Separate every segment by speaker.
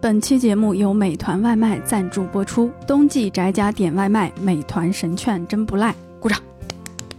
Speaker 1: 本期节目由美团外卖赞助播出。冬季宅家点外卖，美团神券真不赖，鼓掌。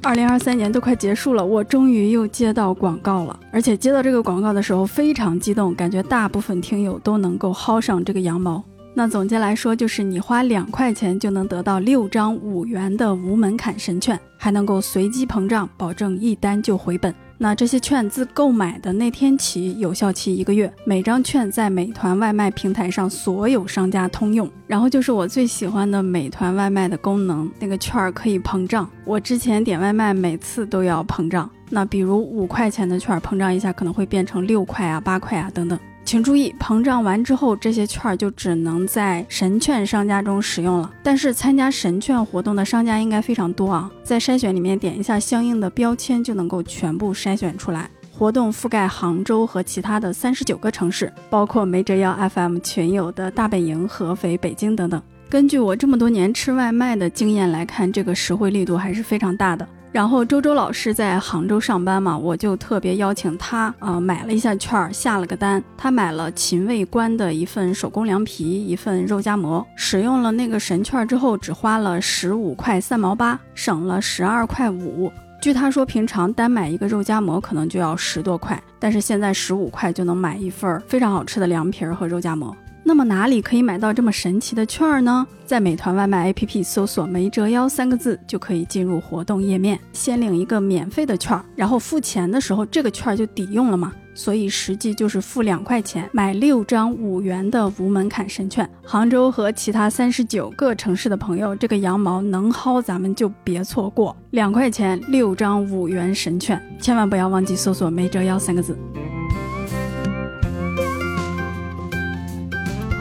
Speaker 1: 二零二三年都快结束了，我终于又接到广告了，而且接到这个广告的时候非常激动，感觉大部分听友都能够薅上这个羊毛。那总结来说，就是你花两块钱就能得到六张五元的无门槛神券，还能够随机膨胀，保证一单就回本。那这些券自购买的那天起有效期一个月，每张券在美团外卖平台上所有商家通用。然后就是我最喜欢的美团外卖的功能，那个券儿可以膨胀。我之前点外卖每次都要膨胀，那比如五块钱的券儿膨胀一下可能会变成六块啊、八块啊等等。请注意，膨胀完之后，这些券儿就只能在神券商家中使用了。但是参加神券活动的商家应该非常多啊，在筛选里面点一下相应的标签，就能够全部筛选出来。活动覆盖杭州和其他的三十九个城市，包括没折腰 FM 群友的大本营、合肥、北京等等。根据我这么多年吃外卖的经验来看，这个实惠力度还是非常大的。然后周周老师在杭州上班嘛，我就特别邀请他啊、呃买了一下券儿，下了个单。他买了秦味观的一份手工凉皮，一份肉夹馍。使用了那个神券儿之后，只花了十五块三毛八，省了十二块五。据他说，平常单买一个肉夹馍可能就要十多块，但是现在十五块就能买一份儿非常好吃的凉皮儿和肉夹馍。那么哪里可以买到这么神奇的券儿呢？在美团外卖 APP 搜索“没折腰”三个字，就可以进入活动页面，先领一个免费的券儿，然后付钱的时候这个券儿就抵用了嘛，所以实际就是付两块钱买六张五元的无门槛神券。杭州和其他三十九个城市的朋友，这个羊毛能薅咱们就别错过，两块钱六张五元神券，千万不要忘记搜索“没折腰”三个字。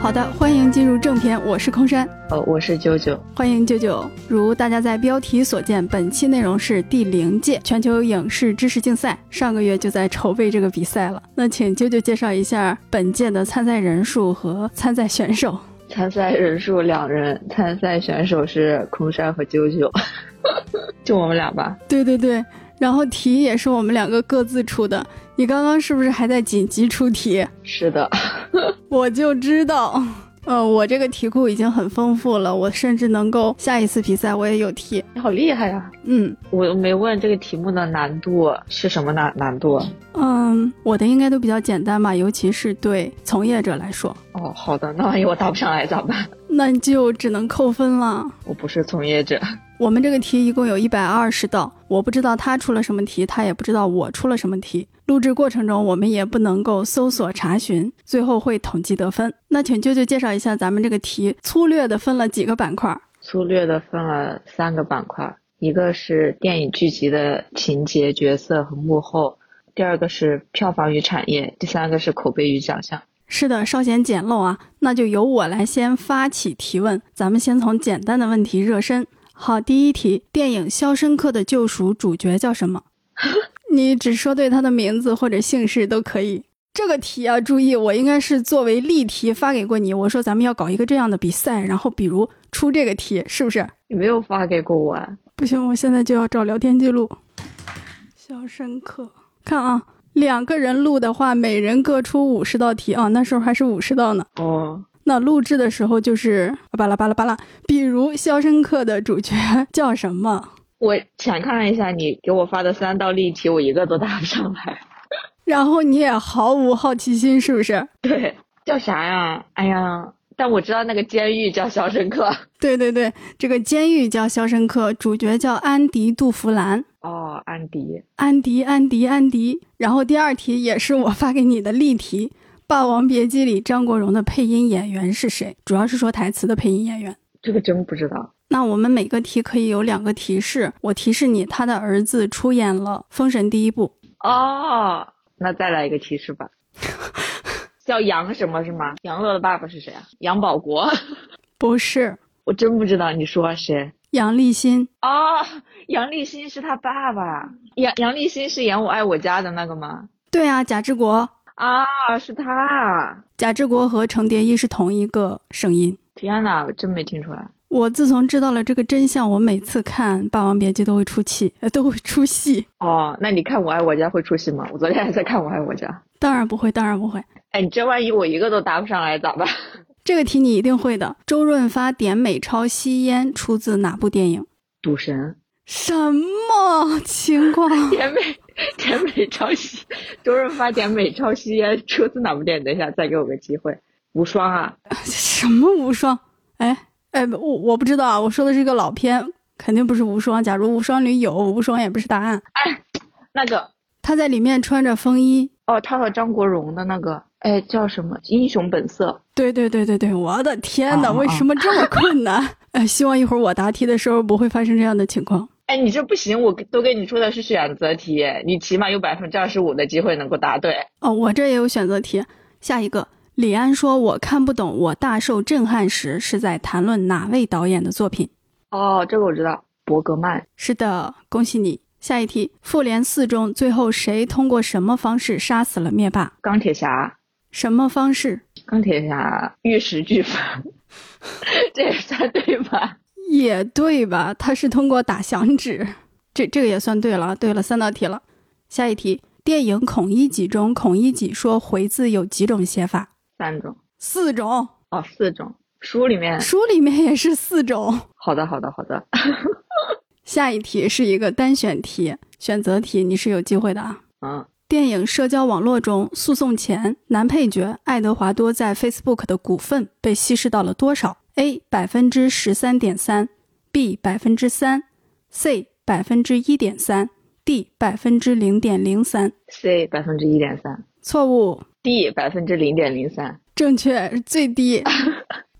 Speaker 1: 好的，欢迎进入正片，我是空山。
Speaker 2: 呃，我是啾啾。
Speaker 1: 欢迎九九。如大家在标题所见，本期内容是第零届全球影视知识竞赛，上个月就在筹备这个比赛了。那请九九介绍一下本届的参赛人数和参赛选手。
Speaker 2: 参赛人数两人，参赛选手是空山和啾啾， 就我们俩吧。
Speaker 1: 对对对，然后题也是我们两个各自出的。你刚刚是不是还在紧急出题？
Speaker 2: 是的，
Speaker 1: 我就知道， 呃，我这个题库已经很丰富了，我甚至能够下一次比赛我也有题。
Speaker 2: 你好厉害啊呀、
Speaker 1: 嗯
Speaker 2: 我都没问这个题目的难度是什么难难度。
Speaker 1: 嗯，我的应该都比较简单吧，尤其是对从业者来说，
Speaker 2: 哦，好的，那万一我答不上来咋办？
Speaker 1: 那你就只能扣分了。
Speaker 2: 我不是从业者。
Speaker 1: 我们这个题一共有一百二十道，我不知道他出了什么题，他也不知道我出了什么题。录制过程中，我们也不能够搜索查询，最后会统计得分。那请舅舅介绍一下咱们这个题粗略的分了几个板块。
Speaker 2: 粗略的分了三个板块，一个是电影剧集的情节、角色和幕后，第二个是票房与产业，第三个是口碑与奖项。
Speaker 1: 是的，稍显简陋啊，那就由我来先发起提问。咱们先从简单的问题热身。好，第一题，电影《肖申克的救赎》主角叫什么？你只说对他的名字或者姓氏都可以。这个题啊，注意，我应该是作为例题发给过你。我说咱们要搞一个这样的比赛，然后比如出这个题，是不是？
Speaker 2: 你没有发给过我啊？
Speaker 1: 不行，我现在就要找聊天记录。肖申克，看啊，两个人录的话，每人各出五十道题啊，那时候还是五十道呢。
Speaker 2: 哦，
Speaker 1: 那录制的时候就是巴拉巴拉巴拉，比如《肖申克》的主角叫什么？
Speaker 2: 我浅看了一下你给我发的三道例题，我一个都答不上来。
Speaker 1: 然后你也毫无好奇心，是不是？
Speaker 2: 对，叫啥呀？哎呀，但我知道那个监狱叫《肖申克》。
Speaker 1: 对对对，这个监狱叫《肖申克》，主角叫安迪·杜弗兰。
Speaker 2: 哦，安迪，
Speaker 1: 安迪，安迪，安迪。然后第二题也是我发给你的例题，《霸王别姬》里张国荣的配音演员是谁？主要是说台词的配音演员。
Speaker 2: 这个真不知道。
Speaker 1: 那我们每个题可以有两个提示，我提示你他的儿子出演了《封神第一部》。
Speaker 2: 哦，那再来一个提示吧。叫杨什么是吗？杨乐的爸爸是谁啊？杨保国。
Speaker 1: 不是
Speaker 2: 我真不知道，你说谁？
Speaker 1: 杨立新，
Speaker 2: 哦，杨立新是他爸爸。杨杨立新是演《我爱我家》的那个吗？
Speaker 1: 对啊，贾志国，
Speaker 2: 啊，是他！啊
Speaker 1: 贾志国和程蝶衣是同一个声音。
Speaker 2: 天呐，我真没听出来。
Speaker 1: 我自从知道了这个真相，我每次看《霸王别姬》都会出气，呃，都会出戏。
Speaker 2: 哦，那你看《我爱我家》会出戏吗？我昨天还在看《我爱我家》。
Speaker 1: 当然不会，当然不会。
Speaker 2: 哎，你这万一我一个都答不上来咋办？
Speaker 1: 这个题你一定会的。周润发点美超吸烟出自哪部电影？
Speaker 2: 赌神
Speaker 1: 什么情况？
Speaker 2: 点美点美超吸，周润发点美超吸烟出自哪部电影？等一下，再给我个机会。无双啊，
Speaker 1: 什么无双？哎哎，我我不知道啊，我说的是一个老片，肯定不是无双。假如无双里有，无双也不是答案。
Speaker 2: 那个
Speaker 1: 他在里面穿着风衣。
Speaker 2: 哦，他和张国荣的那个，哎，叫什么？《英雄本色》。
Speaker 1: 对对对对对，我的天呐，
Speaker 2: 啊啊
Speaker 1: 为什么这么困难？哎，希望一会儿我答题的时候不会发生这样的情况。
Speaker 2: 哎，你这不行，我都跟你说的是选择题，你起码有百分之二十五的机会能够答对。
Speaker 1: 哦，我这也有选择题。下一个，李安说：“我看不懂，我大受震撼时是在谈论哪位导演的作品
Speaker 2: 哦，这个我知道，伯格曼。？”
Speaker 1: 是的，恭喜你。下一题，《复联四》中最后谁通过什么方式杀死了灭霸？
Speaker 2: 钢铁侠，
Speaker 1: 什么方式？
Speaker 2: 钢铁侠玉石俱焚，这也算对吧？
Speaker 1: 也对吧？他是通过打响指，这这个也算对了啊。对了，三道题了。下一题，电影《孔乙己》中，孔乙己说“回”字有几种写法？
Speaker 2: 三种
Speaker 1: 四种。
Speaker 2: 哦，四种。书里面，
Speaker 1: 书里面也是四种。
Speaker 2: 好的，好的，好的。
Speaker 1: 下一题是一个单选题，选择题，你是有机会的啊。
Speaker 2: 嗯，
Speaker 1: 电影《社交网络》中，诉讼前男配角爱德华多在 Facebook 的股份被稀释到了多少？A 百分之十三点三，B 百分之三，C 百分之一点三，D 百分之零点零三。
Speaker 2: C 百分之一点三
Speaker 1: 错误，
Speaker 2: ，D 百分之零点零三，
Speaker 1: 正确最低。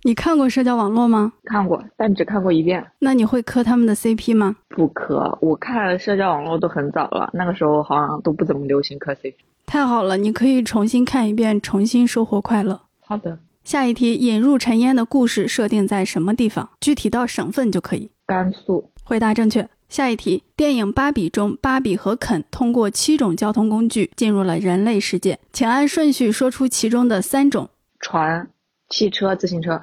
Speaker 1: 你看过社交网络吗？
Speaker 2: 看过，但只看过一遍。
Speaker 1: 那你会磕他们的 CP 吗？
Speaker 2: 不磕，我看社交网络都很早了，那个时候好像都不怎么流行磕 CP。
Speaker 1: 太好了，你可以重新看一遍，重新收获快乐。
Speaker 2: 好的，
Speaker 1: 下一题，引入尘烟的故事设定在什么地方？具体到省份就可以。
Speaker 2: 甘肃
Speaker 1: 回答正确。下一题，电影《芭比》中，芭比和肯通过七种交通工具进入了人类世界，请按顺序说出其中的三种。
Speaker 2: 船、汽车、自行车。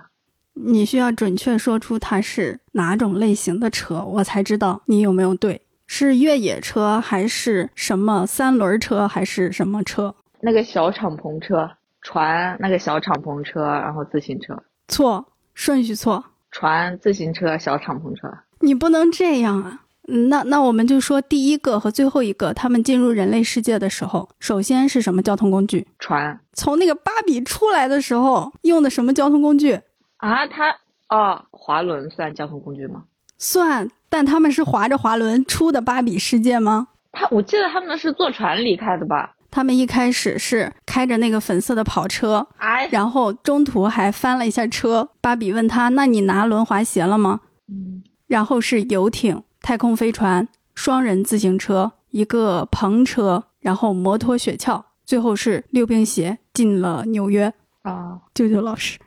Speaker 1: 你需要准确说出它是哪种类型的车，我才知道你有没有对。是越野车还是什么三轮车还是什么车？
Speaker 2: 那个小敞篷车，船那个小敞篷车，然后自行车，
Speaker 1: 错，顺序错，
Speaker 2: 船、自行车、小敞篷车。
Speaker 1: 你不能这样啊！嗯那那我们就说第一个和最后一个，他们进入人类世界的时候，首先是什么交通工具？
Speaker 2: 船
Speaker 1: 从那个芭比出来的时候用的什么交通工具？
Speaker 2: 啊，它哦，滑轮算交通工具吗？
Speaker 1: 算，但他们是划着滑轮出的芭比世界吗？
Speaker 2: 他我记得他们是坐船离开的吧？
Speaker 1: 他们一开始是开着那个粉色的跑车，
Speaker 2: 哎，
Speaker 1: 然后中途还翻了一下车。芭比问他：“那你拿轮滑鞋了吗
Speaker 2: 嗯，？”
Speaker 1: 然后是游艇、太空飞船、双人自行车、一个篷车，然后摩托雪橇，最后是溜冰鞋进了纽约。
Speaker 2: 啊，
Speaker 1: 舅舅老师，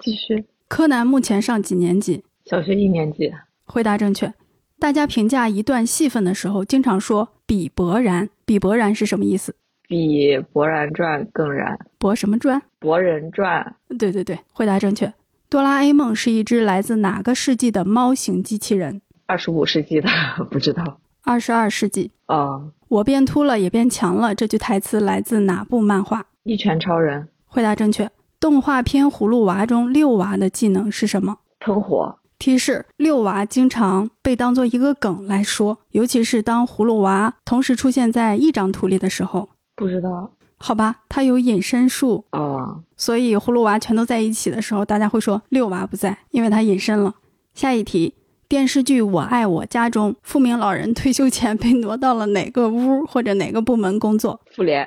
Speaker 2: 继续，
Speaker 1: 柯南目前上几年级？
Speaker 2: 小学一年级，
Speaker 1: 回答正确。大家评价一段戏份的时候，经常说“比伯然”，“比伯然”是什么意思？
Speaker 2: 比《博然传》更燃，《
Speaker 1: 博什么专？
Speaker 2: 博人传
Speaker 1: 对对对，回答正确。哆啦 A 梦是一只来自哪个世纪的猫型机器人？》
Speaker 2: 二十五世纪的 不知道
Speaker 1: 二十二世纪。
Speaker 2: 啊，
Speaker 1: 我变秃了也变强了，这句台词来自哪部漫画？
Speaker 2: 一拳超人
Speaker 1: 回答正确。动画片《葫芦娃》中六娃的技能是什么？
Speaker 2: 喷火
Speaker 1: 提示：六娃经常被当做一个梗来说，尤其是当葫芦娃同时出现在一张图里的时候。
Speaker 2: 不知道
Speaker 1: 好吧，它有引申术，
Speaker 2: 啊，
Speaker 1: 所以葫芦娃全都在一起的时候，大家会说六娃不在，因为它引申了。下一题，电视剧《我爱我家》中，富明老人退休前被挪到了哪个屋或者哪个部门工作？
Speaker 2: 复联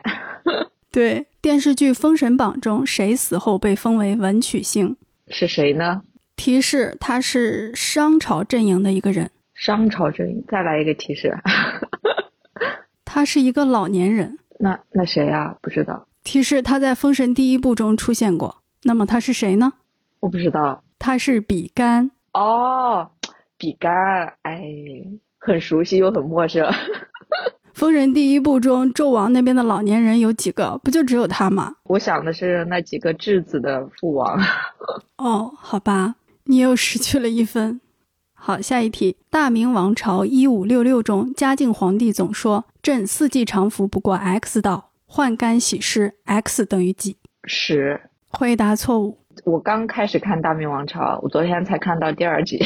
Speaker 1: 对，电视剧《封神榜》中，谁死后被封为文曲星？
Speaker 2: 是谁呢？
Speaker 1: 提示他是商朝阵营的一个人，
Speaker 2: 商朝阵营，再来一个提示。
Speaker 1: 他是一个老年人。
Speaker 2: 那那谁啊？不知道，
Speaker 1: 提示他在《封神第一部》中出现过。那么他是谁呢？
Speaker 2: 我不知道。
Speaker 1: 他是比干。
Speaker 2: 哦，比干，哎，很熟悉又很陌生。
Speaker 1: 《封神第一部》中，纣王那边的老年人有几个？不就只有他吗？
Speaker 2: 我想的是那几个质子的父王。
Speaker 1: 哦，好吧，你又失去了一分。好，下一题，《大明王朝一五六六》中，嘉靖皇帝总说：“朕四季常服不过 x 道，换干喜事 x 等于几
Speaker 2: 十，？”
Speaker 1: 回答错误。
Speaker 2: 我刚开始看《大明王朝》，我昨天才看到第二集，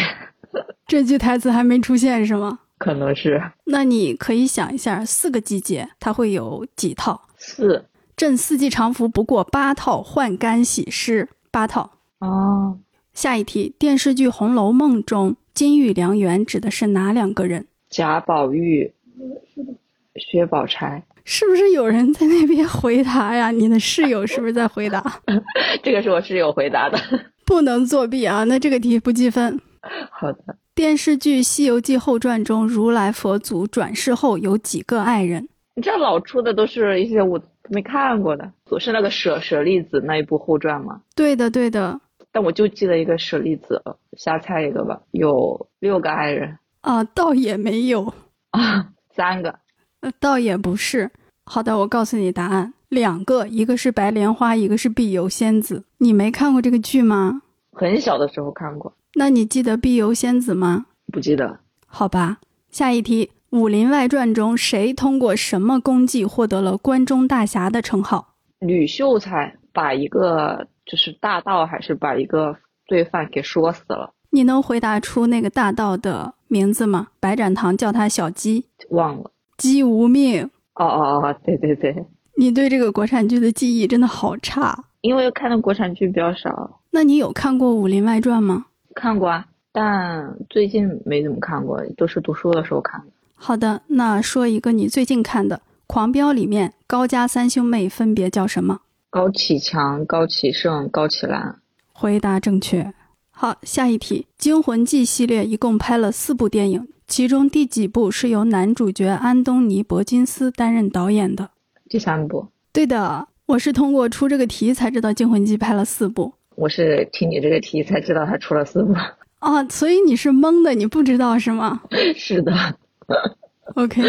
Speaker 1: 这句台词还没出现是吗？
Speaker 2: 可能是
Speaker 1: 那你可以想一下，四个季节它会有几套？
Speaker 2: 四
Speaker 1: 朕四季常服不过八套，换干喜事八套。
Speaker 2: 哦，
Speaker 1: 下一题，电视剧《红楼梦》中金玉良缘指的是哪两个人？
Speaker 2: 贾宝玉、薛宝钗，
Speaker 1: 是不是有人在那边回答呀？你的室友是不是在回答？
Speaker 2: 这个是我室友回答的。
Speaker 1: 不能作弊啊！那这个题不计分。
Speaker 2: 好的，
Speaker 1: 电视剧《西游记后传》中，如来佛祖转世后有几个爱人？
Speaker 2: 你这老出的都是一些我没看过的，我是那个舍舍利子那一部后传吗？
Speaker 1: 对的，对的。
Speaker 2: 但我就记得一个舍利子，瞎猜一个吧，有六个爱人
Speaker 1: 啊，倒也没有，
Speaker 2: 啊，三个
Speaker 1: 呃倒也不是。好的，我告诉你答案，两个，一个是白莲花，一个是碧游仙子。你没看过这个剧吗？
Speaker 2: 很小的时候看过，
Speaker 1: 那你记得碧游仙子吗？
Speaker 2: 不记得
Speaker 1: 好吧，下一题，《武林外传》中谁通过什么功绩获得了关中大侠的称号？
Speaker 2: 吕秀才把一个就是大盗还是把一个罪犯给说死了，
Speaker 1: 你能回答出那个大盗的名字吗？白展堂叫他小鸡，
Speaker 2: 忘了。
Speaker 1: 鸡无命。
Speaker 2: 哦哦哦，对对对，
Speaker 1: 你对这个国产剧的记忆真的好差。
Speaker 2: 因为看的国产剧比较少，
Speaker 1: 那你有看过《武林外传》吗？
Speaker 2: 看过啊，但最近没怎么看过，都是读书的时候看的。
Speaker 1: 好的，那说一个你最近看的《狂飙》里面高家三兄妹分别叫什么？
Speaker 2: 高启强、高启盛、高启兰，
Speaker 1: 回答正确。好，下一题，《惊魂记》系列一共拍了四部电影，其中第几部是由男主角安东尼·伯金斯担任导演的？
Speaker 2: 第三部。
Speaker 1: 对的，我是通过出这个题才知道《惊魂记》拍了四部
Speaker 2: 我是听你这个题才知道他出了四部。
Speaker 1: 啊，所以你是懵的，你不知道是吗？
Speaker 2: 是的，
Speaker 1: OK，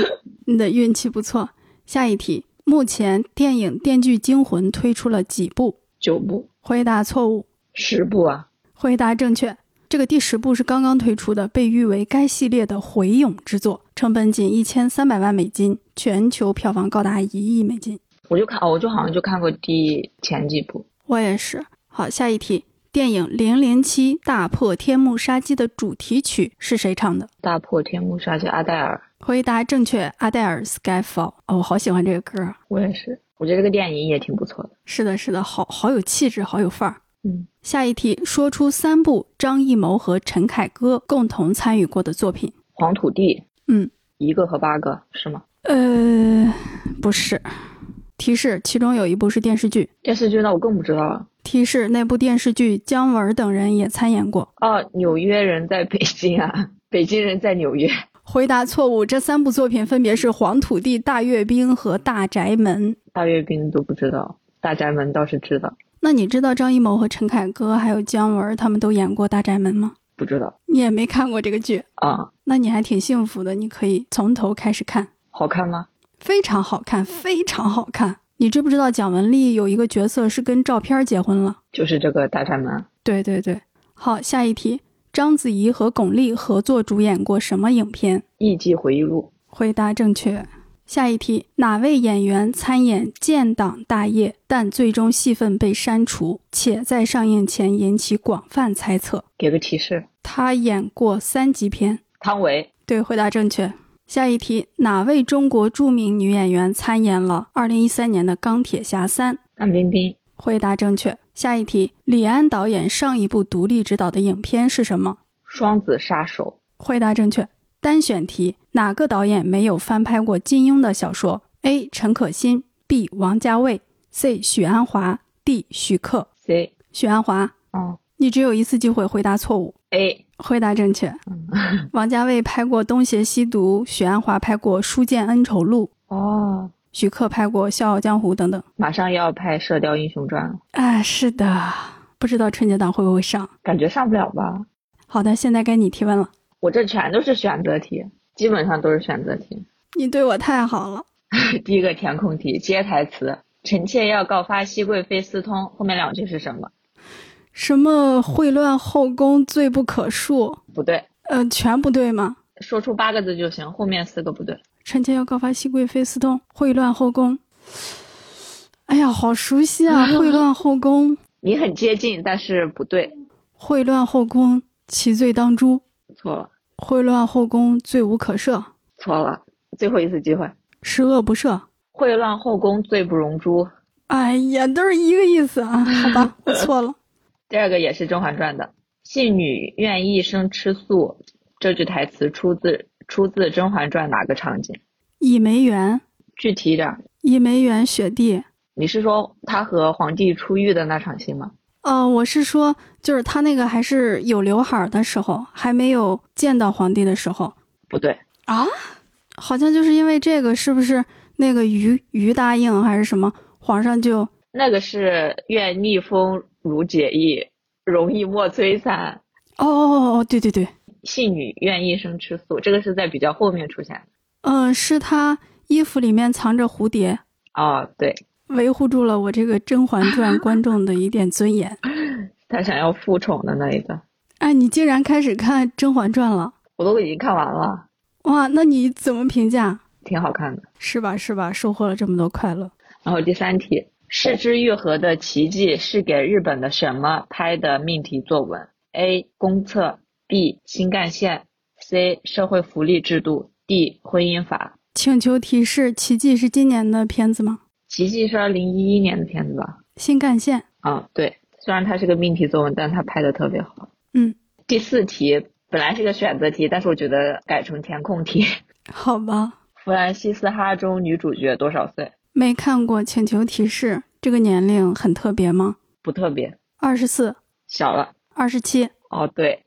Speaker 1: 你 的运气不错。下一题，目前电影《电锯惊魂》推出了几部？
Speaker 2: 九部、
Speaker 1: 回答错误，
Speaker 2: 十部啊，
Speaker 1: 回答正确。这个第十部是刚刚推出的，被誉为该系列的回勇之作，成本仅一千三百万美金，全球票房高达一亿美金。
Speaker 2: 我就看哦，我就好像就看过第前几部。
Speaker 1: 我也是。好，下一题，电影《零零七大破天幕杀机》的主题曲是谁唱的？
Speaker 2: 大破天幕杀机阿黛尔，
Speaker 1: 回答正确，阿黛尔·斯盖佛。哦，我好喜欢这个歌啊。
Speaker 2: 我也是，我觉得这个电影也挺不错的。
Speaker 1: 是的，是的，好好有气质，好有范儿。
Speaker 2: 嗯，
Speaker 1: 下一题，说出三部张艺谋和陈凯歌共同参与过的作品。
Speaker 2: 黄土地
Speaker 1: 嗯，
Speaker 2: 一个和八个是吗？
Speaker 1: 呃，不是。提示：其中有一部是电视剧。
Speaker 2: 电视剧那我更不知道了。
Speaker 1: 提示：那部电视剧姜文等人也参演过。
Speaker 2: 哦，纽约人在北京啊，北京人在纽约。
Speaker 1: 回答错误，这三部作品分别是《黄土地》《大阅兵》和《大宅门》。
Speaker 2: 大阅兵都不知道，大宅门倒是知道，
Speaker 1: 那你知道张艺谋和陈凯歌还有姜文他们都演过《大宅门》吗？
Speaker 2: 不知道
Speaker 1: 你也没看过这个剧，
Speaker 2: 啊、
Speaker 1: 那你还挺幸福的，你可以从头开始看。
Speaker 2: 好看吗？
Speaker 1: 非常好看，非常好看。你知不知道蒋雯丽有一个角色是跟照片结婚了？
Speaker 2: 就是这个大宅门，
Speaker 1: 对对对。好，下一题，章子怡和巩俐合作主演过什么影片？
Speaker 2: 艺伎回忆录，
Speaker 1: 回答正确。下一题，哪位演员参演建党大业，但最终戏份被删除，且在上映前引起广泛猜测？
Speaker 2: 给个提示，
Speaker 1: 他演过三级片。
Speaker 2: 汤唯。
Speaker 1: 对，回答正确。下一题，哪位中国著名女演员参演了2013年的《钢铁侠三》？
Speaker 2: 范冰冰，
Speaker 1: 回答正确。下一题，李安导演上一部独立执导的影片是什么？
Speaker 2: 双子杀手，
Speaker 1: 回答正确。单选题，哪个导演没有翻拍过金庸的小说？A. 陈可辛，B. 王家卫，C. 许鞍华，D. 徐克。
Speaker 2: C，
Speaker 1: 许鞍华，
Speaker 2: 嗯
Speaker 1: 你只有一次机会回答错误。
Speaker 2: ，A，
Speaker 1: 回答正确。王家卫拍过《东邪西毒》，许鞍华拍过《书剑恩仇录》，
Speaker 2: 哦，
Speaker 1: 徐克拍过《笑傲江湖》等等。
Speaker 2: 马上要拍《射雕英雄传》了，
Speaker 1: 啊，是的，不知道春节档会不会上。
Speaker 2: 感觉上不了吧？
Speaker 1: 好的，现在该你提问了。
Speaker 2: 我这全都是选择题，基本上都是选择题。
Speaker 1: 你对我太好了。
Speaker 2: 第一个填空题，接台词：“臣妾要告发熹贵妃私通。”后面两句是什么？
Speaker 1: 什么秽乱后宫，罪不可恕？
Speaker 2: 不对，
Speaker 1: 呃，全不对吗？
Speaker 2: 说出八个字就行，后面四个不对。
Speaker 1: 臣妾要告发熹贵妃私通，秽乱后宫。哎呀，好熟悉啊！秽乱后宫，
Speaker 2: 你很接近，但是不对，
Speaker 1: 秽乱后宫，其罪当诛；
Speaker 2: 错了，
Speaker 1: 秽乱后宫，罪无可赦；
Speaker 2: 错了，最后一次机会，
Speaker 1: 十恶不赦。
Speaker 2: 秽乱后宫，罪不容诛。
Speaker 1: 哎呀，都是一个意思啊！好吧，我错了。
Speaker 2: 第二个也是《甄嬛传》的，信女愿一生吃素，这句台词出自出自《甄嬛传》哪个场景？
Speaker 1: 倚梅园，
Speaker 2: 具体一点儿，
Speaker 1: 倚梅园雪地。
Speaker 2: 你是说她和皇帝出狱的那场戏吗？
Speaker 1: 呃，我是说，就是他那个还是有刘海儿的时候，还没有见到皇帝的时候
Speaker 2: 不对，
Speaker 1: 啊，好像就是因为这个，是不是那个于于答应还是什么？皇上就哦
Speaker 2: 那个是愿逆风如解意，容易莫摧残。
Speaker 1: 哦哦哦，对对对，
Speaker 2: 信女愿一生吃素，这个是在比较后面出现的。
Speaker 1: 嗯、是他衣服里面藏着蝴蝶，
Speaker 2: 哦，对，
Speaker 1: 维护住了我这个《甄嬛传》观众的一点尊严。
Speaker 2: 她想要复宠的那一段，
Speaker 1: 哎，你竟然开始看《甄嬛传》了？
Speaker 2: 我都已经看完了，
Speaker 1: 哇，那你怎么评价？
Speaker 2: 挺好看的。
Speaker 1: 是吧？是吧？收获了这么多快乐。
Speaker 2: 然后第三题，是之愈合的奇迹是给日本的什么拍的命题作文？A. 公厕 B. 新干线 C. 社会福利制度 D. 婚姻法。
Speaker 1: 请求提示，《奇迹》是今年的片子吗？
Speaker 2: 奇迹是二零一一年的片子吧？
Speaker 1: 新干线，
Speaker 2: 啊，对，虽然它是个命题作文，但它拍的特别好。
Speaker 1: 嗯，
Speaker 2: 第四题本来是个选择题，但是我觉得改成填空题。
Speaker 1: 好吧，
Speaker 2: 弗兰西斯哈中女主角多少岁？
Speaker 1: 没看过，请求提示。这个年龄很特别吗？
Speaker 2: 不特别，
Speaker 1: 二十四、
Speaker 2: 小了。
Speaker 1: 二十七，
Speaker 2: 哦，对，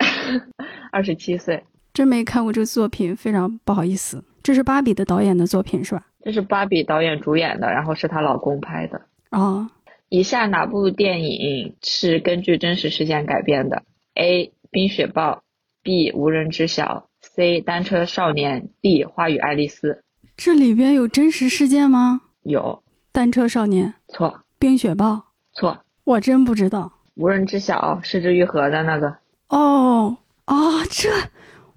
Speaker 2: 二十七岁。
Speaker 1: 真没看过这个作品，非常不好意思。这是芭比的导演的作品是吧？
Speaker 2: 这是芭比导演主演的，然后是她老公拍的。
Speaker 1: 哦，
Speaker 2: 以下哪部电影是根据真实事件改编的？A. 冰雪暴 B. 无人知晓 C. 单车少年 D. 花与爱丽丝。
Speaker 1: 这里边有真实事件吗？
Speaker 2: 有
Speaker 1: 单车少年、
Speaker 2: 错
Speaker 1: 冰雪暴，
Speaker 2: 错，
Speaker 1: 我真不知道。
Speaker 2: 无人知晓是之愈合的那个。
Speaker 1: 哦哦，这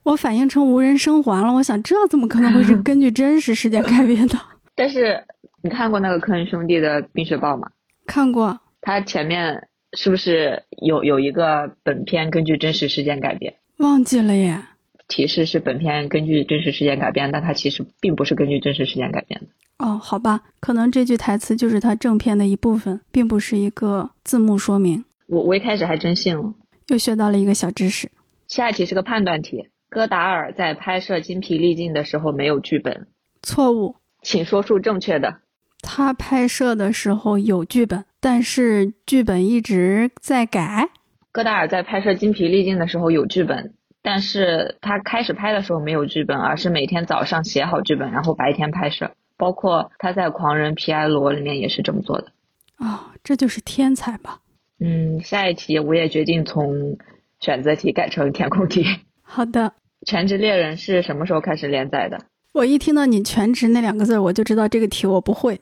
Speaker 1: 我反应成无人生还了。我想这怎么可能会是根据真实事件改编的？
Speaker 2: 但是你看过那个科恩兄弟的《冰雪暴》吗？
Speaker 1: 看过，
Speaker 2: 它前面是不是有有一个本片根据真实事件改编？
Speaker 1: 忘记了耶。
Speaker 2: 提示是本片根据真实事件改编，但它其实并不是根据真实事件改编的。
Speaker 1: 哦，好吧，可能这句台词就是它正片的一部分，并不是一个字幕说明。
Speaker 2: 我我一开始还真信了。
Speaker 1: 又学到了一个小知识。
Speaker 2: 下一题是个判断题。戈达尔在拍摄《精疲力尽》的时候没有剧本，
Speaker 1: 错误，
Speaker 2: 请说出正确的。
Speaker 1: 他拍摄的时候有剧本，但是剧本一直在改。
Speaker 2: 戈达尔在拍摄《精疲力尽》的时候有剧本，但是他开始拍的时候没有剧本，而是每天早上写好剧本，然后白天拍摄。包括他在《狂人皮埃罗》里面也是这么做的。
Speaker 1: 哦，这就是天才吧？
Speaker 2: 嗯，下一题我也决定从选择题改成填空题。《
Speaker 1: 好的，
Speaker 2: 全职猎人》是什么时候开始连载的？
Speaker 1: 我一听到你“全职”那两个字儿，我就知道这个题我不会。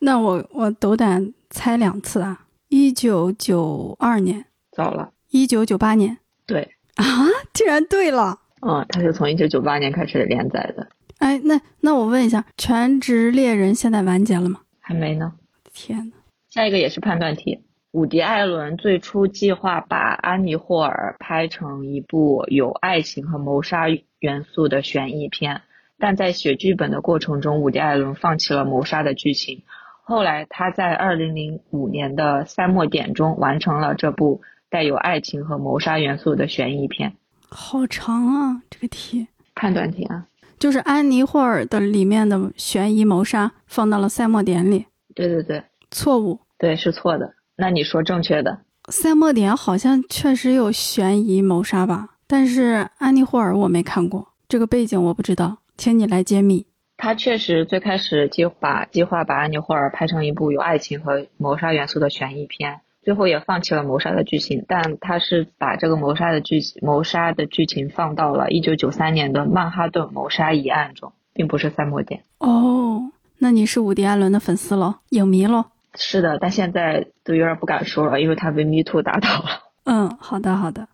Speaker 1: 那我我斗胆猜两次啊，一九九二年，
Speaker 2: 早了，
Speaker 1: 一九九八年
Speaker 2: 对，
Speaker 1: 啊， 竟然对了！
Speaker 2: 嗯，它是从一九九八年开始连载的，
Speaker 1: 哎，那那我问一下，《全职猎人》现在完结了吗？
Speaker 2: 还没呢。
Speaker 1: 天哪！
Speaker 2: 下一个也是判断题。伍迪·艾伦最初计划把安妮·霍尔拍成一部有爱情和谋杀元素的悬疑片，但在写剧本的过程中，伍迪·艾伦放弃了谋杀的剧情。后来，他在2005年的《三末点》中完成了这部带有爱情和谋杀元素的悬疑片。
Speaker 1: 好长啊，这个题
Speaker 2: 判断题啊，
Speaker 1: 就是安妮霍尔的里面的悬疑谋杀放到了赛末点里，
Speaker 2: 对对对
Speaker 1: 错误。
Speaker 2: 对，是错的。那你说正确的？
Speaker 1: 赛末点好像确实有悬疑谋杀吧，但是安妮霍尔我没看过，这个背景我不知道，请你来揭秘。
Speaker 2: 他确实最开始计划计划把安妮霍尔拍成一部有爱情和谋杀元素的悬疑片，最后也放弃了谋杀的剧情，但他是把这个谋杀的剧情谋杀的剧情放到了1993年的曼哈顿谋杀一案中，并不是三摩点。
Speaker 1: 哦，那你是伍迪·艾伦的粉丝喽，影迷喽？
Speaker 2: 是的，但现在都有点不敢说了，因为他被 Me Too 打倒了。
Speaker 1: 嗯，好的好的。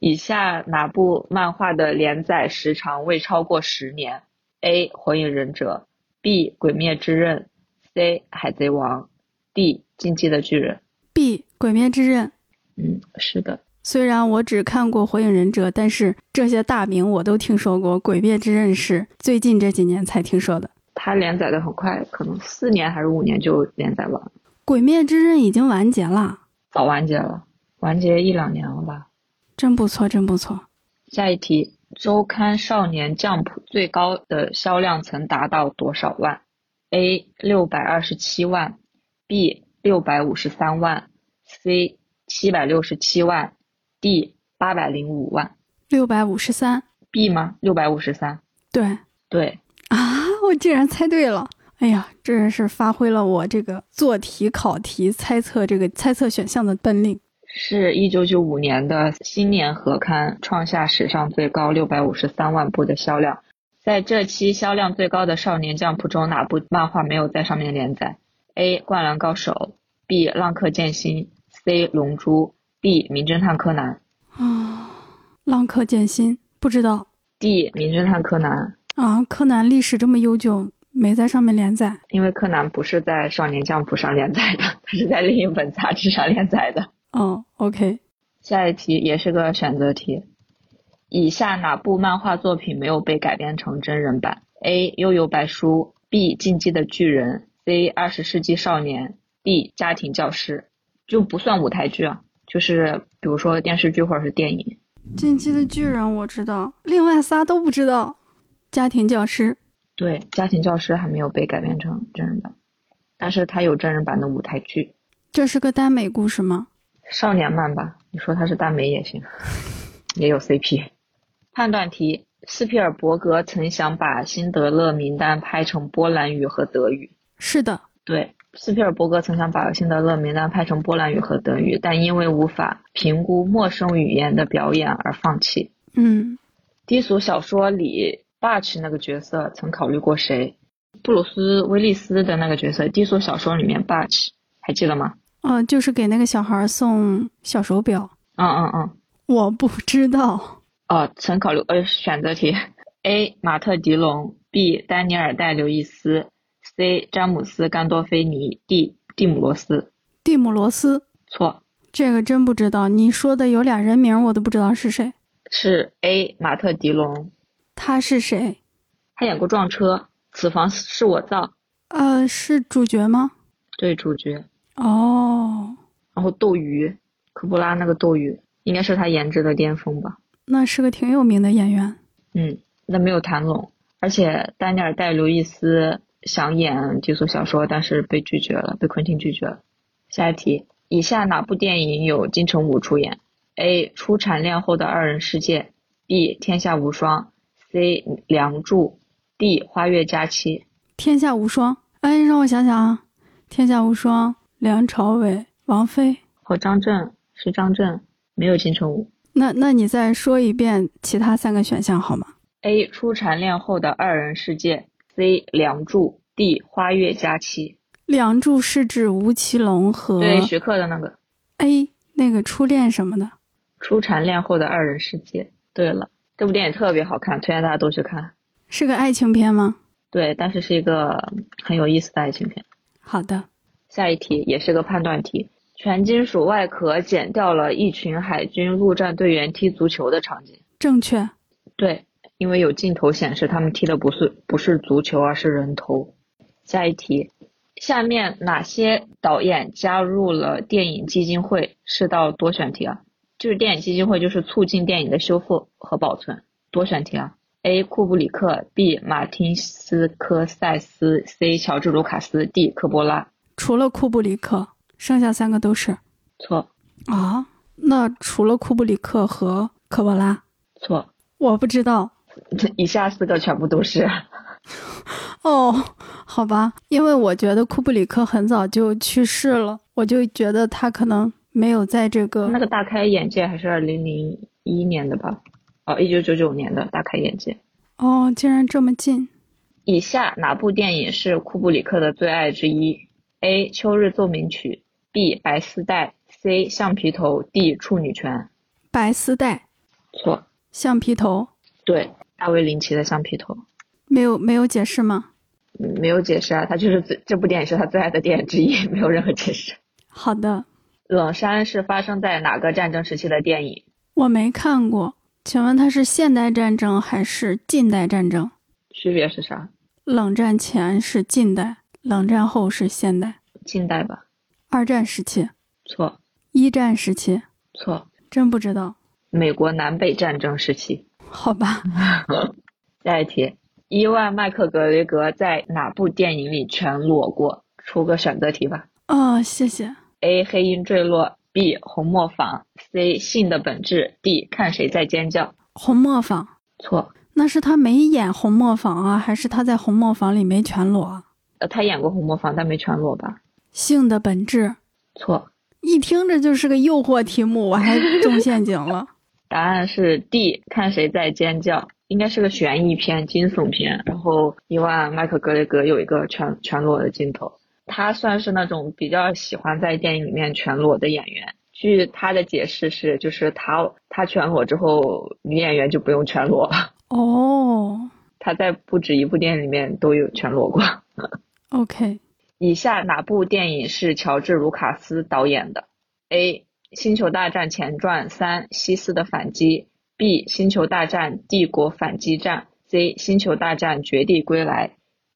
Speaker 2: 以下哪部漫画的连载时长未超过十年？A. 火影忍者 B. 鬼灭之刃 C. 海贼王 D. 进击的巨人。
Speaker 1: B 鬼灭之刃》。
Speaker 2: 嗯，是的。
Speaker 1: 虽然我只看过《火影忍者》，但是这些大名我都听说过，《鬼灭之刃》是最近这几年才听说的。
Speaker 2: 它连载的很快，可能四年还是五年就连载完了。
Speaker 1: 《鬼灭之刃》已经完结了，
Speaker 2: 早完结了，完结一两年了吧。
Speaker 1: 真不错，真不错。
Speaker 2: 下一题，周刊《少年 Jump》最高的销量曾达到多少万？A. 六百二十七万，B. 六百五十三万，C. 七百六十七万，D. 八百零五万。
Speaker 1: 六百五十三，
Speaker 2: B 吗？六百五十三。
Speaker 1: 对
Speaker 2: 对，
Speaker 1: 啊，我竟然猜对了！哎呀，真是发挥了我这个做题、考题、猜测这个猜测选项的本领。
Speaker 2: 是一九九五年的新年合刊创下史上最高六百五十三万部的销量。在这期销量最高的《少年 Jump》中，哪部漫画没有在上面连载？A. 灌篮高手，B. 浪客剑心，C. 龙珠，D. 名侦探柯南
Speaker 1: 啊，浪客剑心不知道
Speaker 2: ，D. 名侦探柯南。
Speaker 1: 啊，柯南历史这么悠久，没在上面连载。
Speaker 2: 因为柯南不是在《少年 Jump》上连载的，它是在另一本杂志上连载的。
Speaker 1: 哦，OK，
Speaker 2: 下一题也是个选择题。以下哪部漫画作品没有被改编成真人版？A. 悠悠白书 B. 进击的巨人 C. 二十世纪少年 D. 家庭教师，就不算舞台剧啊，就是比如说电视剧或者是电影。
Speaker 1: 《进击的巨人》我知道，另外仨都不知道。家庭教师，
Speaker 2: 对，家庭教师还没有被改编成真人版，但是它有真人版的舞台剧，
Speaker 1: 这是个耽美故事吗？
Speaker 2: 少年漫吧，你说它是耽美也行，也有 CP。判断题：斯皮尔伯格曾想把《辛德勒名单》拍成波兰语和德语。
Speaker 1: 是的，
Speaker 2: 对，斯皮尔伯格曾想把《辛德勒名单》拍成波兰语和德语，但因为无法评估陌生语言的表演而放弃。
Speaker 1: 嗯，
Speaker 2: 低俗小说里 Butch 那个角色曾考虑过谁？布鲁斯·威利斯的那个角色，低俗小说里面 Butch 还记得吗？
Speaker 1: 呃，就是给那个小孩送小手表，
Speaker 2: 嗯嗯嗯，
Speaker 1: 我不知道。
Speaker 2: 哦，曾考虑呃选择题：A. 马特·迪龙，B. 丹尼尔·戴·刘易斯，C. 詹姆斯·甘多菲尼，D. 蒂姆·罗斯。
Speaker 1: 蒂姆·罗斯，
Speaker 2: 错，
Speaker 1: 这个真不知道。你说的有俩人名，我都不知道是谁。
Speaker 2: 是 A. 马特·迪龙，
Speaker 1: 他是谁？
Speaker 2: 他演过《撞车》，《此房是我造》
Speaker 1: 呃，是主角吗？
Speaker 2: 对主角，
Speaker 1: 哦，
Speaker 2: 然后斗鱼，科波拉那个斗鱼，应该是他颜值的巅峰吧。
Speaker 1: 那是个挺有名的演员。
Speaker 2: 嗯，那没有谈拢，而且丹尼尔·戴·刘易斯想演低俗小说，但是被拒绝了，被昆汀拒绝了。下一题，以下哪部电影有金城武出演？A. 初产恋后的二人世界，B. 天下无双，C. 梁祝，D. 花月佳期。
Speaker 1: 天下无双，哎，让我想想啊，天下无双，梁朝伟、王菲。
Speaker 2: 和哦张震是张震，没有金城武。
Speaker 1: 那那你再说一遍其他三个选项好吗？
Speaker 2: A. 初产恋后的二人世界，C. 梁祝，D. 花月佳期。
Speaker 1: 梁祝是指吴奇隆和
Speaker 2: 对，徐克的那个。
Speaker 1: A 那个初恋什么的。
Speaker 2: 初产恋后的二人世界。对了，这部电影特别好看，推荐大家都去看。
Speaker 1: 是个爱情片吗？
Speaker 2: 对，但是是一个很有意思的爱情片。
Speaker 1: 好的，
Speaker 2: 下一题也是个判断题：全金属外壳剪掉了一群海军陆战队员踢足球的场景。
Speaker 1: 正确。
Speaker 2: 对，因为有镜头显示他们踢的不是不是足球，而是人头。下一题，下面哪些导演加入了电影基金会？是道多选题啊，就是电影基金会就是促进电影的修复和保存。多选题啊，A. 库布里克，B. 马丁斯科塞斯，C. 乔治卢卡斯，D. 科波拉。
Speaker 1: 除了库布里克，剩下三个都是
Speaker 2: 错
Speaker 1: 啊。那除了库布里克和科波拉，
Speaker 2: 错，
Speaker 1: 我不知道
Speaker 2: 以下四个全部都是。
Speaker 1: 哦。好吧，因为我觉得库布里克很早就去世了，我就觉得他可能没有在这个
Speaker 2: 那个大开眼界还是二零零一年的吧？哦，一九九九年的大开眼界。
Speaker 1: 哦，竟然这么近。
Speaker 2: 以下哪部电影是库布里克的最爱之一？A. 秋日奏鸣曲 B. 白丝带 C. 橡皮头 D. 处女泉。
Speaker 1: 白丝带、
Speaker 2: 错，
Speaker 1: 橡皮头，
Speaker 2: 对，大卫林奇的橡皮头。
Speaker 1: 没有没有解释吗？
Speaker 2: 嗯没有解释啊，他就是最这部电影是他最爱的电影之一，没有任何解释。
Speaker 1: 好的，
Speaker 2: 冷杉是发生在哪个战争时期的电影？
Speaker 1: 我没看过，请问它是现代战争还是近代战争？
Speaker 2: 区别是啥？
Speaker 1: 冷战前是近代，冷战后是现代。
Speaker 2: 近代吧？
Speaker 1: 二战时期、
Speaker 2: 错
Speaker 1: 一战时期，
Speaker 2: 错，
Speaker 1: 真不知道。
Speaker 2: 美国南北战争时期。
Speaker 1: 好吧，
Speaker 2: 下一题，伊万·麦克格雷格在哪部电影里全裸过？出个选择题吧。
Speaker 1: 哦，谢谢。
Speaker 2: A. 黑鹰坠落；B. 红磨坊；C. 性的本质；D. 看谁在尖叫。
Speaker 1: 红磨坊，
Speaker 2: 错，
Speaker 1: 那是他没演红磨坊啊，还是他在红磨坊里没全裸啊？
Speaker 2: 呃，他演过红磨坊，但没全裸吧？
Speaker 1: 性的本质，
Speaker 2: 错，
Speaker 1: 一听这就是个诱惑题目，我还中陷阱了。
Speaker 2: 答案是 D，看谁在尖叫，应该是个悬疑片、惊悚片。然后伊万·麦克格雷格有一个全全裸的镜头，他算是那种比较喜欢在电影里面全裸的演员。据他的解释是，就是他他全裸之后，女演员就不用全裸了。
Speaker 1: 哦
Speaker 2: 他在不止一部电影里面都有全裸过。
Speaker 1: ，OK，
Speaker 2: 以下哪部电影是乔治·卢卡斯导演的？A. 星球大战前传三：西斯的反击；B. 星球大战帝国反击战；C. 星球大战绝地归来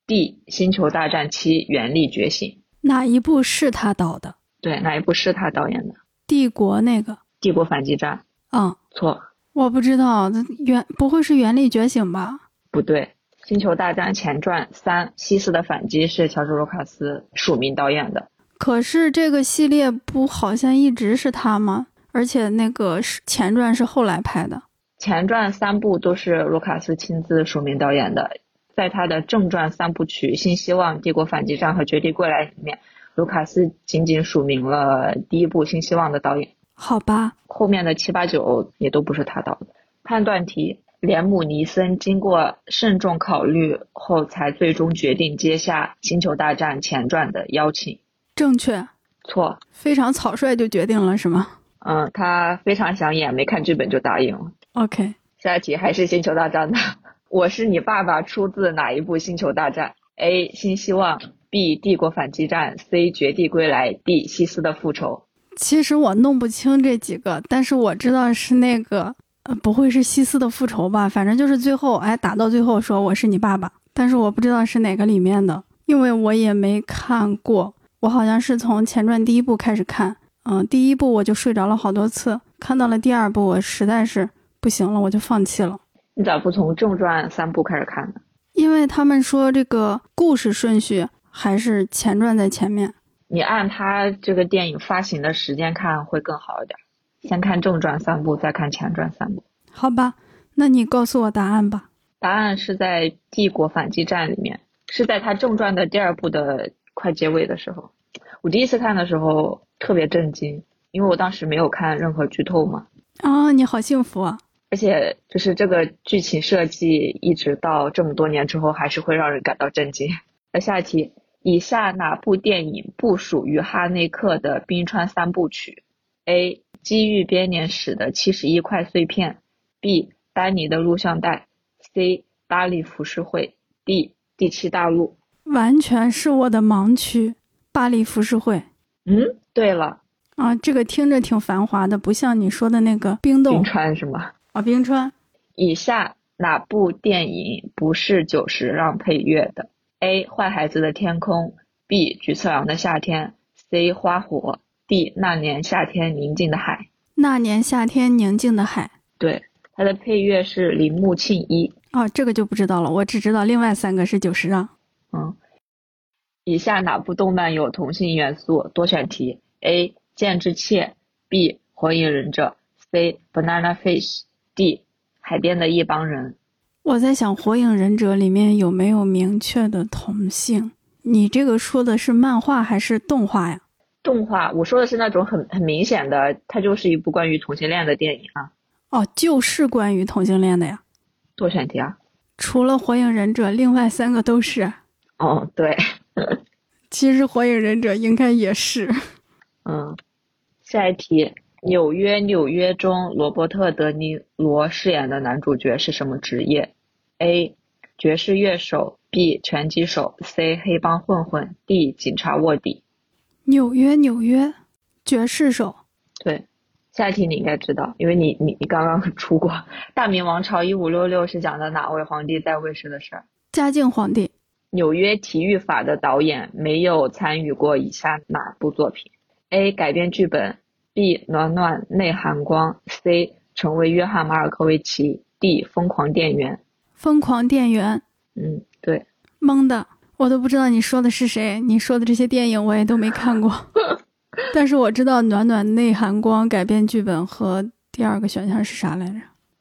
Speaker 2: ；D. 星球大战七：原力觉醒。
Speaker 1: 哪一部是他导的？
Speaker 2: 对，哪一部是他导演的？
Speaker 1: 帝国那个？
Speaker 2: 帝国反击战
Speaker 1: 啊，
Speaker 2: 错，
Speaker 1: 我不知道，这原不会是原力觉醒吧？
Speaker 2: 不对。星球大战前传三：西斯的反击是乔治·卢卡斯署名导演的。
Speaker 1: 可是这个系列不好像一直是他吗？而且那个是前传是后来拍的。
Speaker 2: 前传三部都是卢卡斯亲自署名导演的，在他的正传三部曲《新希望》《帝国反击战》和《绝地归来》里面，卢卡斯仅仅署名了第一部《新希望》的导演，
Speaker 1: 好吧，
Speaker 2: 后面的七八九也都不是他导的。判断题：连姆·尼森经过慎重考虑后，才最终决定接下《星球大战》前传的邀请。
Speaker 1: 正确，
Speaker 2: 错，
Speaker 1: 非常草率就决定了是吗
Speaker 2: 嗯，他非常想演，没看剧本就答应了。
Speaker 1: ？OK，
Speaker 2: 下一题还是《星球大战》的，《 我是你爸爸》出自哪一部《星球大战》？A. 新希望 B. 帝国反击战 C. 绝地归来 D. 西斯的复仇。
Speaker 1: 其实我弄不清这几个，但是我知道是那个，呃，不会是西斯的复仇吧？反正就是最后，哎，打到最后说我是你爸爸，但是我不知道是哪个里面的，因为我也没看过。我好像是从前传第一部开始看，嗯，第一部我就睡着了好多次，看到了第二部，我实在是不行了，我就放弃了。
Speaker 2: 你咋不从正传三部开始看呢？
Speaker 1: 因为他们说这个故事顺序还是前传在前面。
Speaker 2: 你按他这个电影发行的时间看会更好一点，先看正传三部，再看前传三部。
Speaker 1: 好吧，那你告诉我答案吧。
Speaker 2: 答案是在《帝国反击战》里面，是在他正传的第二部的快结尾的时候。我第一次看的时候特别震惊，因为我当时没有看任何剧透嘛。
Speaker 1: 啊，你好幸福啊！
Speaker 2: 而且就是这个剧情设计，一直到这么多年之后，还是会让人感到震惊。那下一题，以下哪部电影不属于哈内克的冰川三部曲？A.《机遇编年史》的七十一块碎片，B.《丹尼的录像带》，C.《巴黎浮世绘》，D.《第七大陆》。
Speaker 1: 完全是我的盲区。巴黎浮世绘
Speaker 2: 嗯，对了，
Speaker 1: 啊，这个听着挺繁华的，不像你说的那个冰
Speaker 2: 冰
Speaker 1: 冻
Speaker 2: 川是吗？
Speaker 1: 啊，冰川。
Speaker 2: 以下哪部电影不是久石让配乐的？A. 坏孩子的天空，B. 菊次郎的夏天，C. 花火，D. 那年夏天宁静的海。
Speaker 1: 那年夏天宁静的海
Speaker 2: 对，它的配乐是铃木庆一。
Speaker 1: 啊，这个就不知道了。我只知道另外三个是久石让。
Speaker 2: 嗯，以下哪部动漫有同性元素？多选题：A. 剑之切，B. 火影忍者，C. Banana Fish，D. 海边的一帮人。
Speaker 1: 我在想，《火影忍者》里面有没有明确的同性？你这个说的是漫画还是动画呀？
Speaker 2: 动画，我说的是那种很很明显的，它就是一部关于同性恋的电影啊。
Speaker 1: 哦，就是关于同性恋的呀。
Speaker 2: 多选题啊。
Speaker 1: 除了《火影忍者》，另外三个都是。
Speaker 2: 哦，对，
Speaker 1: 其实《火影忍者》应该也是。
Speaker 2: 嗯，下一题，纽约，纽约中罗伯特·德尼罗饰演的男主角是什么职业？A. 爵士乐手，B. 拳击手，C. 黑帮混混，D. 警察卧底。
Speaker 1: 纽约，纽约，绝世手。
Speaker 2: 对，下一题你应该知道，因为你你你刚刚出过《大明王朝一五六六》是讲的哪位皇帝在位时的事儿？
Speaker 1: 嘉靖皇帝。
Speaker 2: 纽约体育法的导演没有参与过以下哪部作品？A. 改编剧本；B. 暖暖内含光；C. 成为约翰马尔科维奇；D. 疯狂店员。
Speaker 1: 疯狂店员，
Speaker 2: 嗯，对，
Speaker 1: 懵的，我都不知道你说的是谁。你说的这些电影我也都没看过，但是我知道《暖暖内含光》改编剧本和第二个选项是啥来着？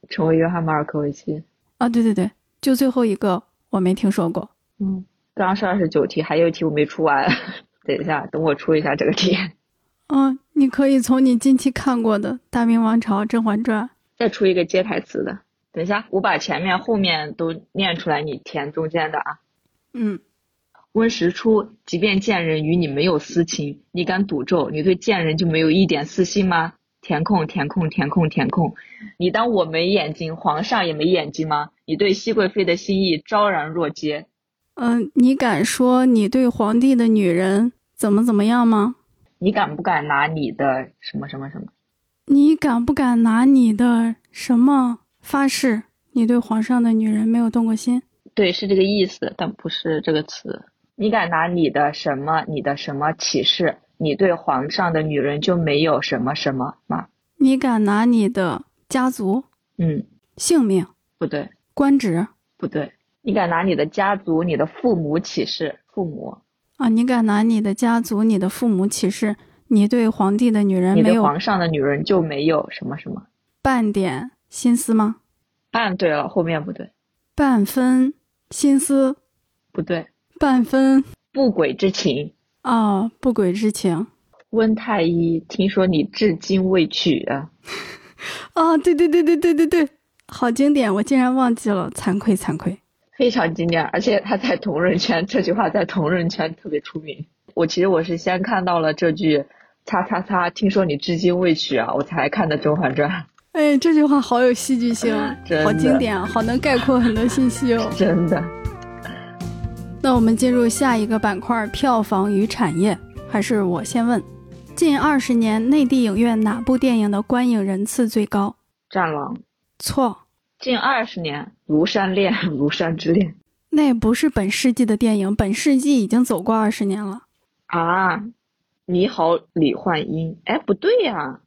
Speaker 2: 成为约翰马尔科维奇。
Speaker 1: 啊，对对对，就最后一个我没听说过。
Speaker 2: 嗯，刚刚是二十九题，还有一题我没出完， 等一下，等我出一下这个题。
Speaker 1: 嗯，你可以从你近期看过的《大明王朝》《甄嬛传》
Speaker 2: 再出一个接台词的。等一下，我把前面、后面都念出来，你填中间的啊。
Speaker 1: 嗯，
Speaker 2: 温实初，即便贱人与你没有私情，你敢赌咒，你对贱人就没有一点私心吗？填空，填空，填空，填空。你当我没眼睛，皇上也没眼睛吗？你对熹贵妃的心意昭然若揭。
Speaker 1: 嗯、呃，你敢说你对皇帝的女人怎么怎么样吗？
Speaker 2: 你敢不敢拿你的什么什么什么？
Speaker 1: 你敢不敢拿你的什么发誓？你对皇上的女人没有动过心？
Speaker 2: 对，是这个意思，但不是这个词。你敢拿你的什么、你的什么起誓？你对皇上的女人就没有什么什么吗？
Speaker 1: 你敢拿你的家族、
Speaker 2: 嗯，
Speaker 1: 姓名、
Speaker 2: 不对，
Speaker 1: 官职
Speaker 2: 不对。你敢拿你的家族、你的父母起誓？父母，
Speaker 1: 啊？你敢拿你的家族、你的父母起誓？你对皇帝的女人
Speaker 2: 你
Speaker 1: 没
Speaker 2: 对
Speaker 1: 有
Speaker 2: 皇上的女人就没有什么什么。
Speaker 1: 半点心思吗？
Speaker 2: 半对了，后面不对，
Speaker 1: 半分心思，
Speaker 2: 不对。
Speaker 1: 半分
Speaker 2: 不轨之情，
Speaker 1: 哦，不轨之情
Speaker 2: 温太医，听说你至今未娶啊？
Speaker 1: 哦，对对对对对对对，好经典，我竟然忘记了，惭愧惭愧。
Speaker 2: 非常经典，而且他在同人圈这句话在同人圈特别出名。我其实我是先看到了这句“擦擦擦”，听说你至今未娶啊，我才看的《甄嬛传》，
Speaker 1: 哎，这句话好有戏剧性啊，
Speaker 2: 真的
Speaker 1: 好经典啊，好能概括很多信息 哦。
Speaker 2: 真的。
Speaker 1: 那我们进入下一个板块，票房与产业，还是我先问。近二十年内地影院哪部电影的观影人次最高？
Speaker 2: 战狼
Speaker 1: 错，
Speaker 2: 近二十年，《庐山恋》《庐山之恋》
Speaker 1: 那不是本世纪的电影，本世纪已经走过二十年了。
Speaker 2: 啊，《你好，李焕英》哎，不对呀、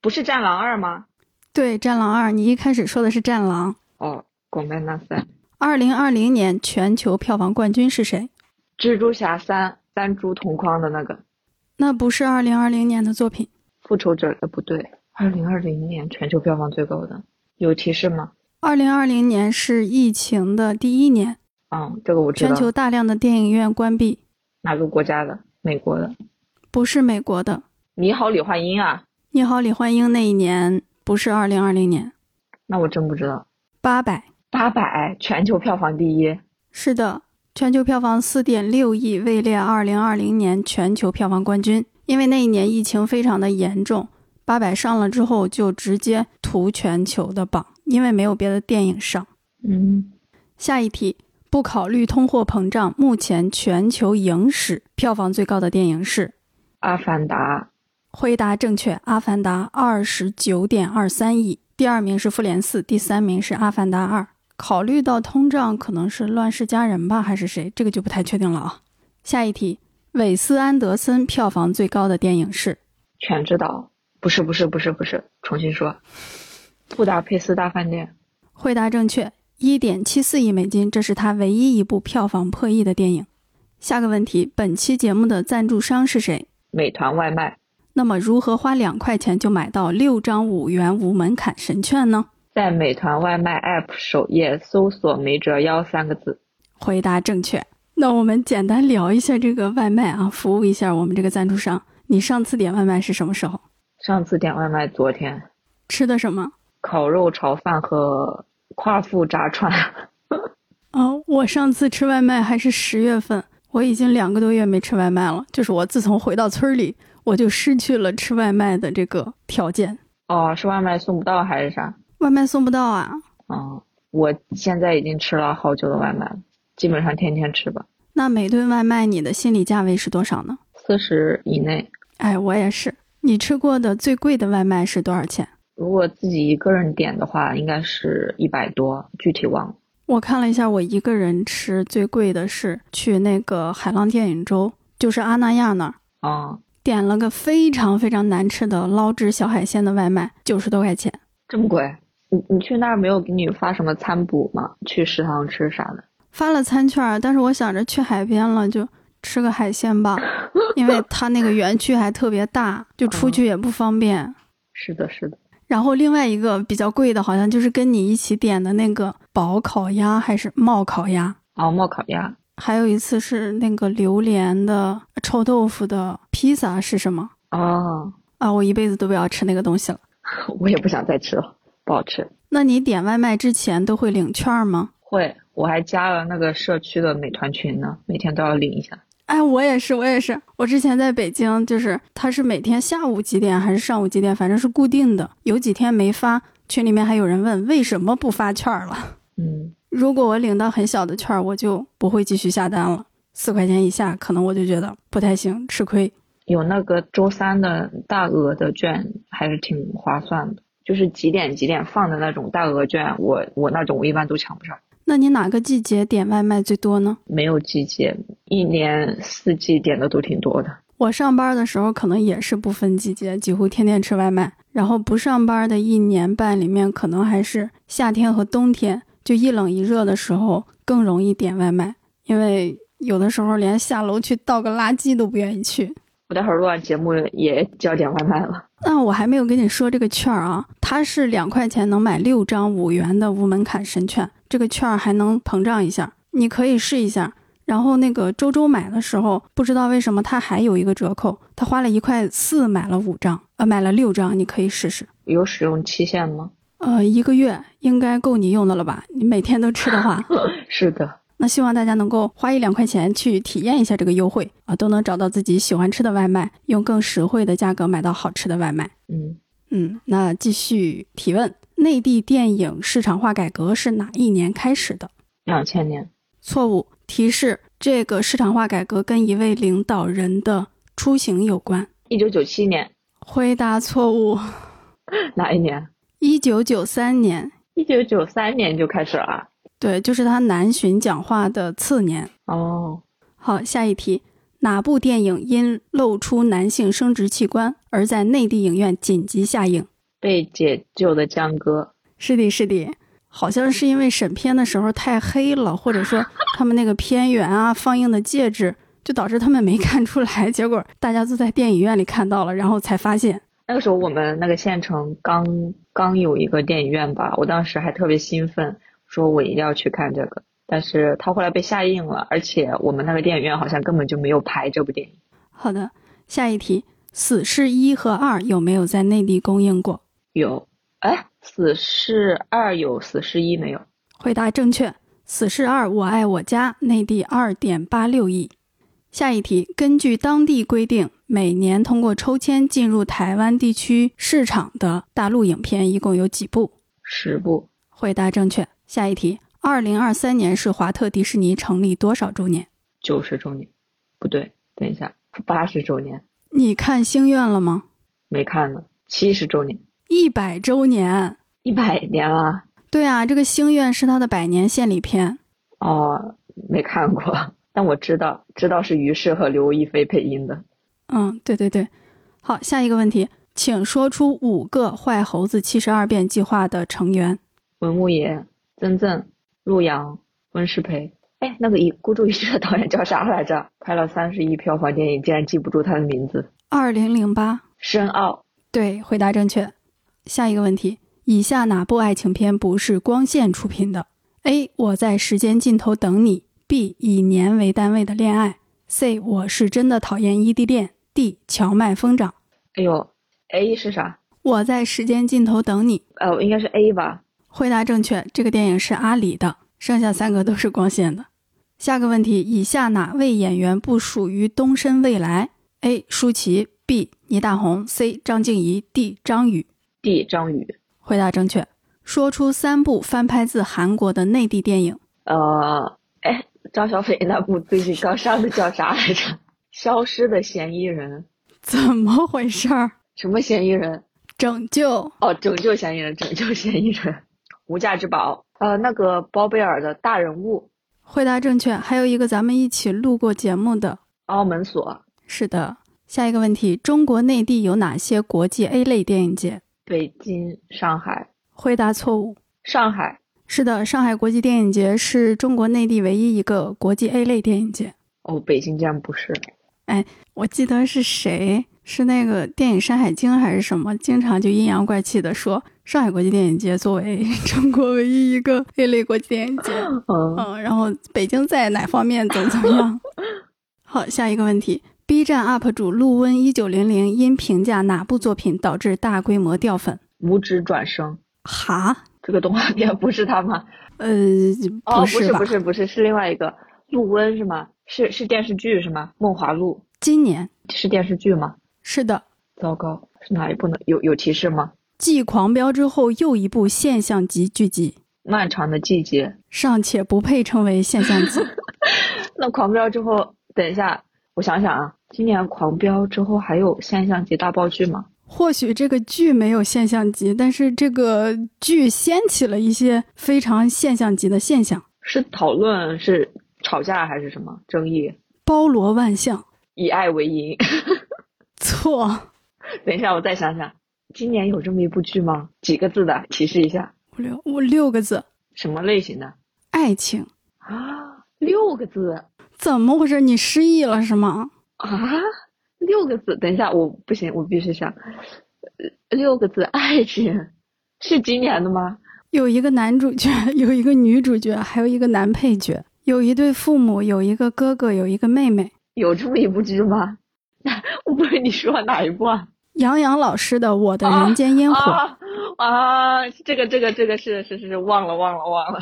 Speaker 2: 不是《战狼二》吗？
Speaker 1: 对，《战狼二》，你一开始说的是《战狼》。
Speaker 2: 哦，广麦那三，《
Speaker 1: 二零二零年全球票房冠军是谁？
Speaker 2: 蜘蛛侠三》三蛛同框的那个，《
Speaker 1: 那不是二零二零年的作品。
Speaker 2: 复仇者》呃不对，二零二零年全球票房最高的，有提示吗？
Speaker 1: 二零二零年是疫情的第一年，
Speaker 2: 嗯，这个我知道。
Speaker 1: 全球大量的电影院关闭，
Speaker 2: 哪个国家的？美国的。
Speaker 1: 不是美国的。
Speaker 2: 你好，李焕英啊！
Speaker 1: 你好，李焕英那一年不是二零二零年，
Speaker 2: 那我真不知道。
Speaker 1: 八百
Speaker 2: 八百全球票房第一，
Speaker 1: 是的，全球票房四点六亿，位列二零二零年全球票房冠军。因为那一年疫情非常的严重，八百上了之后就直接屠全球的榜，因为没有别的电影上。
Speaker 2: 嗯，
Speaker 1: 下一题，不考虑通货膨胀，目前全球影史票房最高的电影是？
Speaker 2: 《阿凡达
Speaker 1: 回答正确，《阿凡达》二十九点二三亿，第二名是《复联四》，第三名是《阿凡达二》。考虑到通胀，可能是《乱世佳人》吧，还是谁？这个就不太确定了啊。下一题，韦斯安德森票房最高的电影是？
Speaker 2: 全知道》不是不是不是不是，重新说，《布达佩斯大饭店》
Speaker 1: 回答正确，一点七四亿美金，这是他唯一一部票房破亿的电影。下个问题，本期节目的赞助商是谁？
Speaker 2: 美团外卖，
Speaker 1: 那么如何花两块钱就买到六张五元无门槛神券呢？
Speaker 2: 在美团外卖 App 首页搜索“没折腰”三个字。
Speaker 1: 回答正确。那我们简单聊一下这个外卖啊，服务一下我们这个赞助商。你上次点外卖是什么时候？
Speaker 2: 上次点外卖，昨天
Speaker 1: 吃的什么？
Speaker 2: 烤肉炒饭和夸父炸串，
Speaker 1: 哦，我上次吃外卖还是十月份，我已经两个多月没吃外卖了。就是我自从回到村里，我就失去了吃外卖的这个条件。
Speaker 2: 哦，是外卖送不到还是啥？
Speaker 1: 外卖送不到啊？
Speaker 2: 嗯，我现在已经吃了好久的外卖了，基本上天天吃吧，
Speaker 1: 那每顿外卖你的心理价位是多少呢？
Speaker 2: 四十以内。
Speaker 1: 哎，我也是。你吃过的最贵的外卖是多少钱？
Speaker 2: 如果自己一个人点的话，应该是一百多，具体忘了。
Speaker 1: 我看了一下，我一个人吃最贵的是去那个海浪电影周，就是阿那亚那儿，
Speaker 2: 啊、
Speaker 1: 点了个非常非常难吃的捞汁小海鲜的外卖，九十多块钱。
Speaker 2: 这么贵？你你去那儿没有给你发什么餐补吗？去食堂吃啥的？
Speaker 1: 发了餐券儿，但是我想着去海边了就吃个海鲜吧，因为它那个园区还特别大，就出去也不方便。
Speaker 2: 是的，是的，
Speaker 1: 然后另外一个比较贵的，好像就是跟你一起点的那个薄烤鸭还是冒烤鸭，
Speaker 2: 哦，冒烤鸭，
Speaker 1: 还有一次是那个榴莲的臭豆腐的披萨是什么
Speaker 2: 哦，
Speaker 1: 啊？我一辈子都不要吃那个东西了。
Speaker 2: 我也不想再吃了，不好吃。
Speaker 1: 那你点外卖之前都会领券儿吗？
Speaker 2: 会，我还加了那个社区的美团群呢，每天都要领一下。
Speaker 1: 哎，我也是，我也是。我之前在北京，就是它是每天下午几点还是上午几点，反正是固定的。有几天没发，群里面还有人问为什么不发券儿了。
Speaker 2: 嗯，
Speaker 1: 如果我领到很小的券儿，我就不会继续下单了。四块钱以下，可能我就觉得不太行，吃亏。
Speaker 2: 有那个周三的大额的券，还是挺划算的。就是几点几点放的那种大额券，我我那种我一般都抢不上。
Speaker 1: 那你哪个季节点外卖最多呢？
Speaker 2: 没有季节，一年四季点的都挺多的。
Speaker 1: 我上班的时候可能也是不分季节，几乎天天吃外卖。然后不上班的一年半里面，可能还是夏天和冬天，就一冷一热的时候更容易点外卖，因为有的时候连下楼去倒个垃圾都不愿意去。
Speaker 2: 我待会儿录完节目也叫点外卖了。
Speaker 1: 那我还没有跟你说这个券儿啊，它是两块钱能买六张五元的无门槛神券，这个券儿还能膨胀一下，你可以试一下。然后那个周周买的时候，不知道为什么他还有一个折扣，他花了一块四买了五张，呃，买了六张，你可以试试。
Speaker 2: 有使用期限吗？
Speaker 1: 呃，一个月应该够你用的了吧？你每天都吃的话，
Speaker 2: 是的，
Speaker 1: 那希望大家能够花一两块钱去体验一下这个优惠啊，都能找到自己喜欢吃的外卖，用更实惠的价格买到好吃的外卖。
Speaker 2: 嗯，
Speaker 1: 嗯，那继续提问：内地电影市场化改革是哪一年开始的？
Speaker 2: 两千年。
Speaker 1: 错误。提示：这个市场化改革跟一位领导人的出行有关。
Speaker 2: 一九九七年
Speaker 1: 回答错误。
Speaker 2: 哪一年？
Speaker 1: 一九九三年，
Speaker 2: 一九九三年就开始了啊。
Speaker 1: 对，就是他南巡讲话的次年。
Speaker 2: 哦，
Speaker 1: 好，下一题：哪部电影因露出男性生殖器官而在内地影院紧急下映？
Speaker 2: 被解救的江哥。
Speaker 1: 是的，是的，好像是因为审片的时候太黑了，或者说他们那个片源啊、放映的介质，就导致他们没看出来。 结果大家都在电影院里看到了，然后才发现。
Speaker 2: 那个时候我们那个县城刚刚有一个电影院吧，我当时还特别兴奋，说我一定要去看这个。但是它后来被下映了，而且我们那个电影院好像根本就没有排这部电影，
Speaker 1: 好的，下一题，《死侍一》和二有没有在内地公映过？
Speaker 2: 有，哎，死侍二有，死侍一没有。
Speaker 1: 回答正确，《死侍二：我爱我家》内地二点八六亿。下一题，根据当地规定，每年通过抽签进入台湾地区市场的大陆影片一共有几部？
Speaker 2: 十部，
Speaker 1: 回答正确。下一题，二零二三年是华特迪士尼成立多少周年？
Speaker 2: 九十周年，不对，等一下，八十周年
Speaker 1: 你看《星愿》了吗？
Speaker 2: 没看呢，七十周年，
Speaker 1: 一百周年。
Speaker 2: 一百年了，
Speaker 1: 对啊，这个《星愿》是他的百年献礼片。
Speaker 2: 哦，没看过，但我知道，知道是于适和刘亦菲配音的。
Speaker 1: 嗯，对对对。好，下一个问题，请说出五个坏猴子七十二变计划的成员。
Speaker 2: 文牧野、曾正、陆阳、温世培。哎，那个一孤注一掷的导演叫啥来着？拍了三十亿票房电影，竟然记不住他的名字，
Speaker 1: 二零零八，
Speaker 2: 申奥。
Speaker 1: 对，回答正确。下一个问题，以下哪部爱情片不是光线出品的？A. 我在时间尽头等你。B. 以年为单位的恋爱。C. 我是真的讨厌异地恋。D. 荞麦疯长。
Speaker 2: 哎呦，A 是啥？
Speaker 1: 我在时间尽头等你。
Speaker 2: 呃，应该是 A 吧？
Speaker 1: 回答正确，这个电影是阿里的，剩下三个都是光线的。下个问题，以下哪位演员不属于东升未来？A. 舒淇，B. 倪大红，C. 张婧仪，D. 张宇。
Speaker 2: d 张宇。
Speaker 1: 回答正确。说出三部翻拍自韩国的内地电影。
Speaker 2: 呃，哎，张小斐那部最近刚上的叫啥来着？《消失的嫌疑人》
Speaker 1: 怎么回事儿？
Speaker 2: 什么嫌疑人？
Speaker 1: 拯救
Speaker 2: 哦，拯救嫌疑人，拯救 嫌疑人，无价之宝。呃，那个包贝尔的大人物，
Speaker 1: 回答正确，还有一个咱们一起录过节目的，
Speaker 2: 澳门锁，
Speaker 1: 是的。下一个问题，中国内地有哪些国际 A 类电影节？
Speaker 2: 北京、上海、
Speaker 1: 回答错误。
Speaker 2: 上海。
Speaker 1: 是的，上海国际电影节是中国内地唯一一个国际 A 类电影节。
Speaker 2: 哦，北京竟然不是。
Speaker 1: 我记得是谁？是那个电影《山海经》还是什么？经常就阴阳怪气的说，上海国际电影节作为 中国唯一一个 A 类国际电影 节，
Speaker 2: 嗯，
Speaker 1: 嗯，然后北京在哪方面怎么怎么样？好，下一个问题，B 站 UP 主陆温一九零零因评价哪部作品导致大规模掉粉？
Speaker 2: 五指转生
Speaker 1: 哈，
Speaker 2: 这个动画片不是他吗？
Speaker 1: 呃，
Speaker 2: 哦，不
Speaker 1: 是吧？
Speaker 2: 不是，不是，是另外一个陆温是吗？是是电视剧是吗？梦华录
Speaker 1: 今年
Speaker 2: 是电视剧吗？
Speaker 1: 是的，
Speaker 2: 糟糕，是哪一部呢？有有提示吗？
Speaker 1: 继《狂飙》之后又一部现象级剧集，
Speaker 2: 漫长的季节。
Speaker 1: 尚且不配称为现象级。
Speaker 2: 那狂飙之后，等一下，我想想啊，今年狂飙之后还有现象级大爆剧吗？
Speaker 1: 或许这个剧没有现象级，但是这个剧掀起了一些非常现象级的现象，
Speaker 2: 是讨论是吵架还是什么争议？
Speaker 1: 包罗万象。
Speaker 2: 以爱为营。
Speaker 1: 错，
Speaker 2: 等一下，我再想想，今年有这么一部剧吗？几个字的提示一下，
Speaker 1: 五六五六个字，
Speaker 2: 什么类型的
Speaker 1: 爱情，
Speaker 2: 啊？六个字
Speaker 1: 怎么回事？你失忆了是吗？
Speaker 2: 啊？六个字？等一下，我不行，我必须想，呃六个字爱情是今年的吗？
Speaker 1: 有一个男主角， 有一个女主角，还有一个男配角，有一对父母，有一个哥哥，有一个妹妹。
Speaker 2: 有这么一部剧吗？ 我不是你说哪一部啊？
Speaker 1: 杨洋老师的《我的人间烟火》
Speaker 2: 啊啊！这个这个这个是是是是，忘了忘了忘了，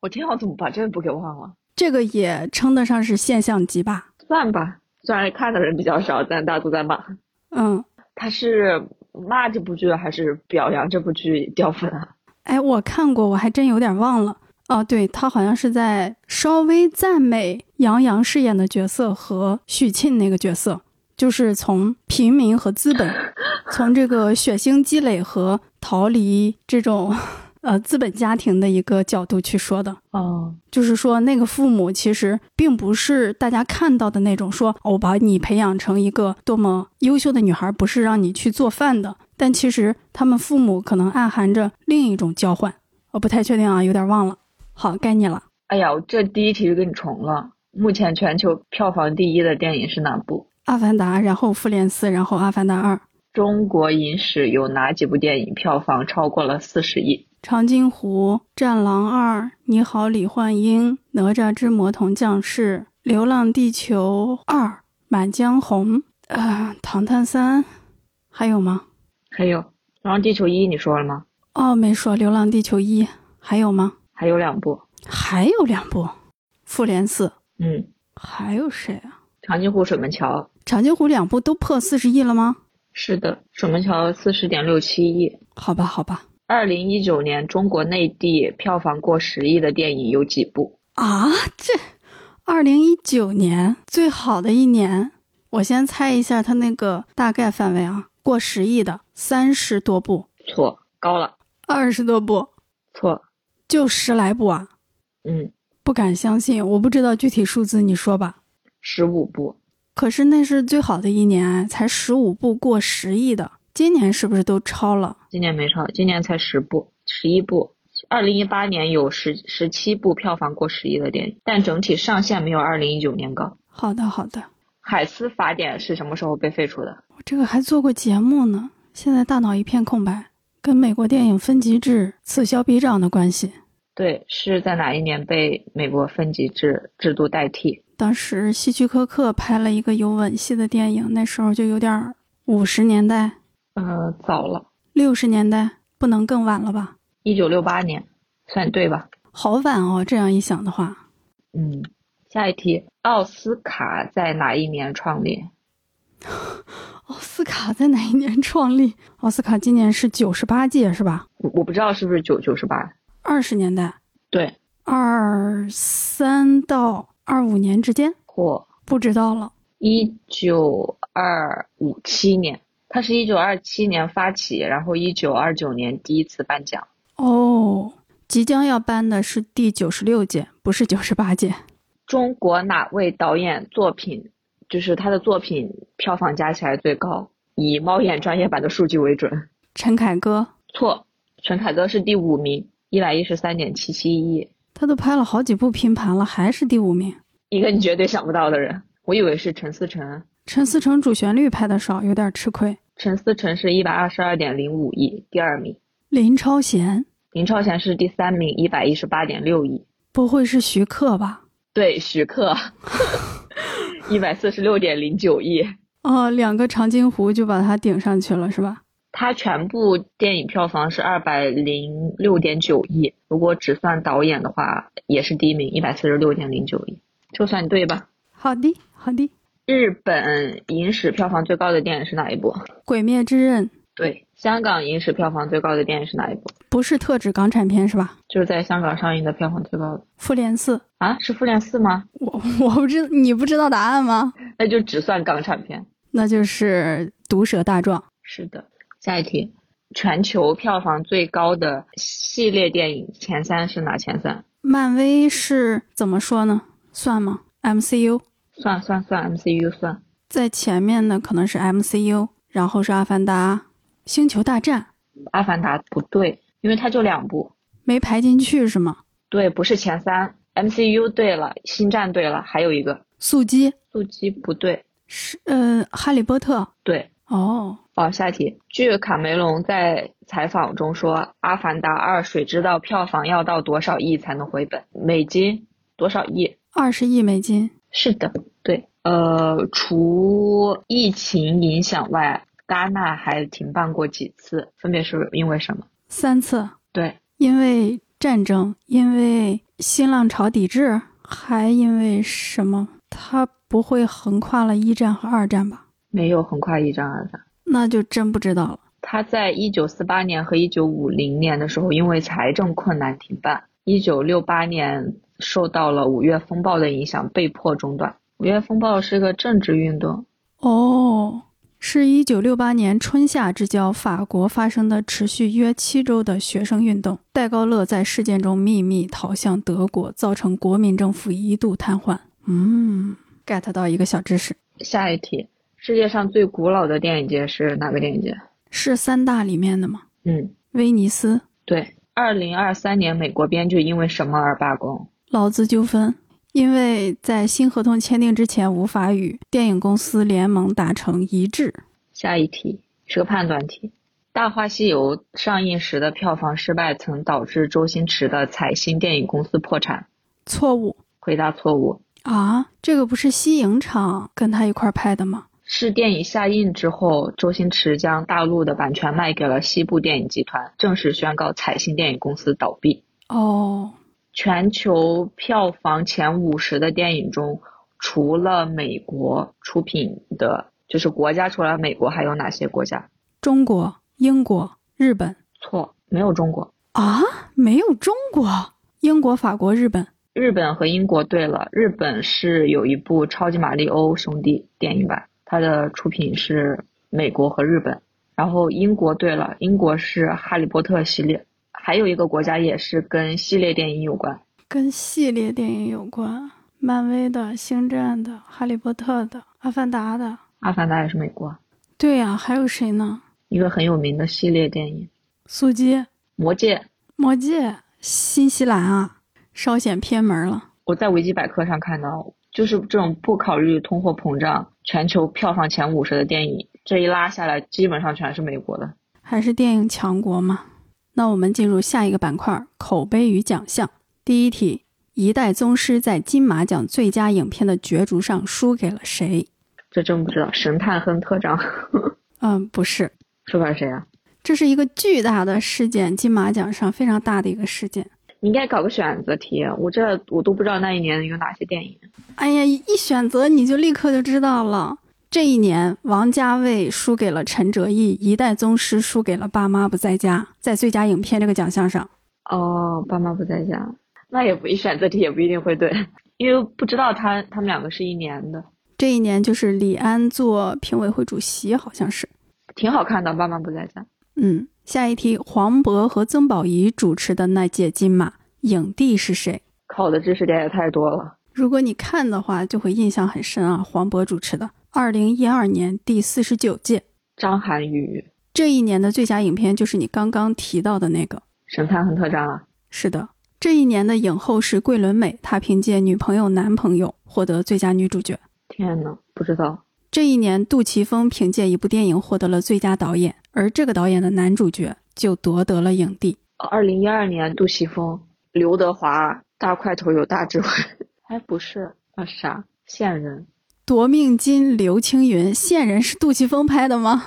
Speaker 2: 我天，我怎么把这部给忘了？
Speaker 1: 这个也称得上是现象级吧？
Speaker 2: 算吧，虽然看的人比较少，但大家都在骂。
Speaker 1: 嗯，
Speaker 2: 他是骂这部剧还是表扬这部剧掉粉啊？
Speaker 1: 哎，我看过，我还真有点忘了。哦，对他好像是在稍微赞美杨洋饰演的角色和许沁那个角色，就是从平民和资本，从这个血腥积累和逃离这种呃资本家庭的一个角度去说的。
Speaker 2: 哦，
Speaker 1: 就是说，那个父母其实并不是大家看到的那种说，哦我把你培养成一个多么优秀的女孩，不是让你去做饭的。但其实他们父母可能暗含着另一种交换，我不太确定啊，有点忘了。好，该你了，
Speaker 2: 哎呀，我这第一题就给你重了。目前全球票房第一的电影是哪部？
Speaker 1: 《阿凡达》，然后《复联四》，然后《阿凡达二》，《
Speaker 2: 中国影史有哪几部电影票房超过了四十亿？
Speaker 1: 长津湖》《战狼二》，《你好，李焕英》，《哪吒之魔童降世》，《流浪地球二》，《满江红》，呃，《唐探三》，还有吗？
Speaker 2: 还有《流浪地球一》，你说了吗？
Speaker 1: 哦，没说《流浪地球一》，还有吗？
Speaker 2: 还有两部。
Speaker 1: 还有两部，《复联四》，
Speaker 2: 嗯，
Speaker 1: 还有谁啊？
Speaker 2: 长津湖水门桥
Speaker 1: 长津湖两部都破四十亿了吗？
Speaker 2: 是的，水门桥四十点六七亿。
Speaker 1: 好吧，好吧。
Speaker 2: 二零一九年中国内地票房过十亿的电影有几部？
Speaker 1: 啊，这二零一九年最好的一年，我先猜一下它那个大概范围啊，过十亿的三十多部，
Speaker 2: 错，高了，
Speaker 1: 二十多部，
Speaker 2: 错，
Speaker 1: 就十来部啊，
Speaker 2: 嗯，
Speaker 1: 不敢相信，我不知道具体数字，你说吧。
Speaker 2: 十五部，
Speaker 1: 可是那是最好的一年啊，才十五部过十亿的，今年是不是都超了？
Speaker 2: 今年没超，今年才十部，十一部。二零一八年有十十七部票房过十亿的电影，但整体上限没有二零一九年高。
Speaker 1: 好的，好的，
Speaker 2: 海斯法典是什么时候被废除的？
Speaker 1: 我这个还做过节目呢，现在大脑一片空白，跟美国电影分级制此消彼长的关系。
Speaker 2: 对，是在哪一年被美国分级制制度代替？
Speaker 1: 当时希区柯克拍了一个有吻戏的电影，那时候就有点五十年代、
Speaker 2: 呃，早了，
Speaker 1: 六十年代，不能更晚了吧？
Speaker 2: 一九六八年，算对吧？
Speaker 1: 好晚哦，这样一想的话，
Speaker 2: 嗯，下一题，奥斯卡在哪一年创立？
Speaker 1: 奥斯卡在哪一年创立？奥斯卡今年是九十八届是吧？
Speaker 2: 我我不知道是不是九九十八。
Speaker 1: 二十年代。
Speaker 2: 对，
Speaker 1: 二三到二五年之间，
Speaker 2: 或
Speaker 1: 不知道了。
Speaker 2: 一九二五七年，它是一九二七年发起，然后一九二九年第一次颁奖。
Speaker 1: 哦，即将要颁的是第九十六届，不是九十八届。
Speaker 2: 中国哪位导演作品，就是他的作品票房加起来最高？以猫眼专业版的数据为准。
Speaker 1: 陈凯歌，
Speaker 2: 错，陈凯歌是第五名，一百一十三点七七亿。
Speaker 1: 他都拍了好几部拼盘了，还是第五名。
Speaker 2: 一个你绝对想不到的人，我以为是陈思诚。啊
Speaker 1: 陈思诚主旋律拍的少，有点吃亏。
Speaker 2: 陈思诚是一百二十二点零五亿，第二名。
Speaker 1: 林超贤，
Speaker 2: 林超贤是第三名，一百一十八点六亿。
Speaker 1: 不会是徐克吧？
Speaker 2: 对，徐克，一百四十六点零九亿。
Speaker 1: 哦，两个长津湖就把他顶上去了，是吧？
Speaker 2: 它全部电影票房是二百零六点九亿，如果只算导演的话，也是第一名，一百四十六点零九亿，这算对吧？
Speaker 1: 好的，好的。
Speaker 2: 日本影史票房最高的电影是哪一部？
Speaker 1: 《鬼灭之刃》
Speaker 2: 对，香港影史票房最高的电影是哪一部？
Speaker 1: 不是特指港产片是吧？
Speaker 2: 就是在香港上映的票房最高的
Speaker 1: 《复联四》。
Speaker 2: 啊？是《复联四》吗？
Speaker 1: 我 我不知你不知道答案吗？
Speaker 2: 那就只算港产片。
Speaker 1: 那就是《毒舌大壮》。
Speaker 2: 是的。下一题，全球票房最高的系列电影前三是哪前三？
Speaker 1: 漫威是怎么说呢？算吗？MCU
Speaker 2: 算算算，MCU 算。
Speaker 1: 在前面的可能是 MCU，然后是《阿凡达》《星球大战》。
Speaker 2: 阿凡达不对，因为它就两部，
Speaker 1: 没排进去是吗？
Speaker 2: 对，不是前三。MCU 对了，星战对了，还有一个
Speaker 1: 速激，
Speaker 2: 速激不对，
Speaker 1: 是呃《哈利波特》
Speaker 2: 对。
Speaker 1: 哦。
Speaker 2: 哦，下一题。据卡梅隆在采访中说，《阿凡达二》水知道票房要到多少亿才能回本？美金多少亿？
Speaker 1: 二十亿美金。
Speaker 2: 是的，对。呃，除疫情影响外，戛纳还停办过几次，分别是因为什么？
Speaker 1: 三次。
Speaker 2: 对，
Speaker 1: 因为战争，因为新浪潮抵制，还因为什么？它不会横跨了一战和二战吧？
Speaker 2: 没有横跨一战二战。
Speaker 1: 那就真不知道了。
Speaker 2: 他在一九四八年和一九五零年的时候，因为财政困难停办。一九六八年受到了五月风暴的影响，被迫中断。五月风暴是个政治运动。
Speaker 1: 哦，是一九六八年春夏之交，法国发生的持续约七周的学生运动。戴高乐在事件中秘密逃向德国，造成国民政府一度瘫痪。嗯，get 到一个小知识。
Speaker 2: 下一题。世界上最古老的电影节是哪个电影节？
Speaker 1: 是三大里面的吗？
Speaker 2: 嗯，
Speaker 1: 威尼斯。
Speaker 2: 对，二零二三年美国编剧因为什么而罢工？
Speaker 1: 劳资纠纷，因为在新合同签订之前无法与电影公司联盟达成一致。
Speaker 2: 下一题是个判断题，《大话西游》上映时的票房失败曾导致周星驰的彩星电影公司破产。
Speaker 1: 错误。
Speaker 2: 回答错误。
Speaker 1: 啊，这个不是西影厂跟他一块拍的吗？
Speaker 2: 是电影下映之后，周星驰将大陆的版权卖给了西部电影集团，正式宣告彩信电影公司倒闭。
Speaker 1: 哦，
Speaker 2: 全球票房前五十的电影中，除了美国出品的，就是国家除了美国还有哪些国家？
Speaker 1: 中国、英国、日本。
Speaker 2: 错，没有中国
Speaker 1: 啊，没有中国，英国、法国、日本。
Speaker 2: 日本和英国对了，日本是有一部《超级马里欧兄弟》电影版。它的出品是美国和日本，然后英国对了，英国是《哈利波特》系列，还有一个国家也是跟系列电影有关，
Speaker 1: 跟系列电影有关，漫威的、星战的、哈利波特的、阿凡达的。
Speaker 2: 阿凡达也是美国。
Speaker 1: 对呀、啊，还有谁呢？
Speaker 2: 一个很有名的系列电影《
Speaker 1: 速激》《
Speaker 2: 魔戒》《
Speaker 1: 魔戒》新西兰啊，稍显偏门了。
Speaker 2: 我在维基百科上看到。就是这种不考虑通货膨胀，全球票房前五十的电影，这一拉下来，基本上全是美国的，
Speaker 1: 还是电影强国嘛。那我们进入下一个板块：口碑与奖项。第一题，《一代宗师》在金马奖最佳影片的角逐上输给了谁？
Speaker 2: 这真不知道，《神探亨特 长》
Speaker 1: 嗯，不是，
Speaker 2: 输给谁啊？
Speaker 1: 这是一个巨大的事件，金马奖上非常大的一个事件。
Speaker 2: 你应该搞个选择题，我这我都不知道那一年有哪些电影。
Speaker 1: 哎呀，一选择你就立刻就知道了。这一年，王家卫输给了陈哲艺，《一代宗师》输给了《爸妈不在家》，在最佳影片这个奖项上。
Speaker 2: 哦，《爸妈不在家》，那也不一选择题也不一定会对，因为不知道他他们两个是一年的。
Speaker 1: 这一年就是李安做评委会主席，好像是。
Speaker 2: 挺好看的，《爸妈不在家》。
Speaker 1: 嗯，下一题，黄渤和曾宝仪主持的那届金马影帝是谁？
Speaker 2: 考的知识点也太多了。
Speaker 1: 如果你看的话，就会印象很深啊。黄渤主持的二零一二年第四十九届，
Speaker 2: 张涵予，
Speaker 1: 这一年的最佳影片就是你刚刚提到的那个。
Speaker 2: 审判和特战啊，
Speaker 1: 是的，这一年的影后是桂纶镁，她凭借《女朋友男朋友》获得最佳女主角。
Speaker 2: 天呐，不知道。
Speaker 1: 这一年，杜琪峰凭借一部电影获得了最佳导演，而这个导演的男主角就夺得了影帝。
Speaker 2: 二零一二年，杜琪峰、刘德华，大块头有大智慧。 哎，不是啊，啥线人
Speaker 1: 夺命金刘青云，线人是杜琪峰拍的吗？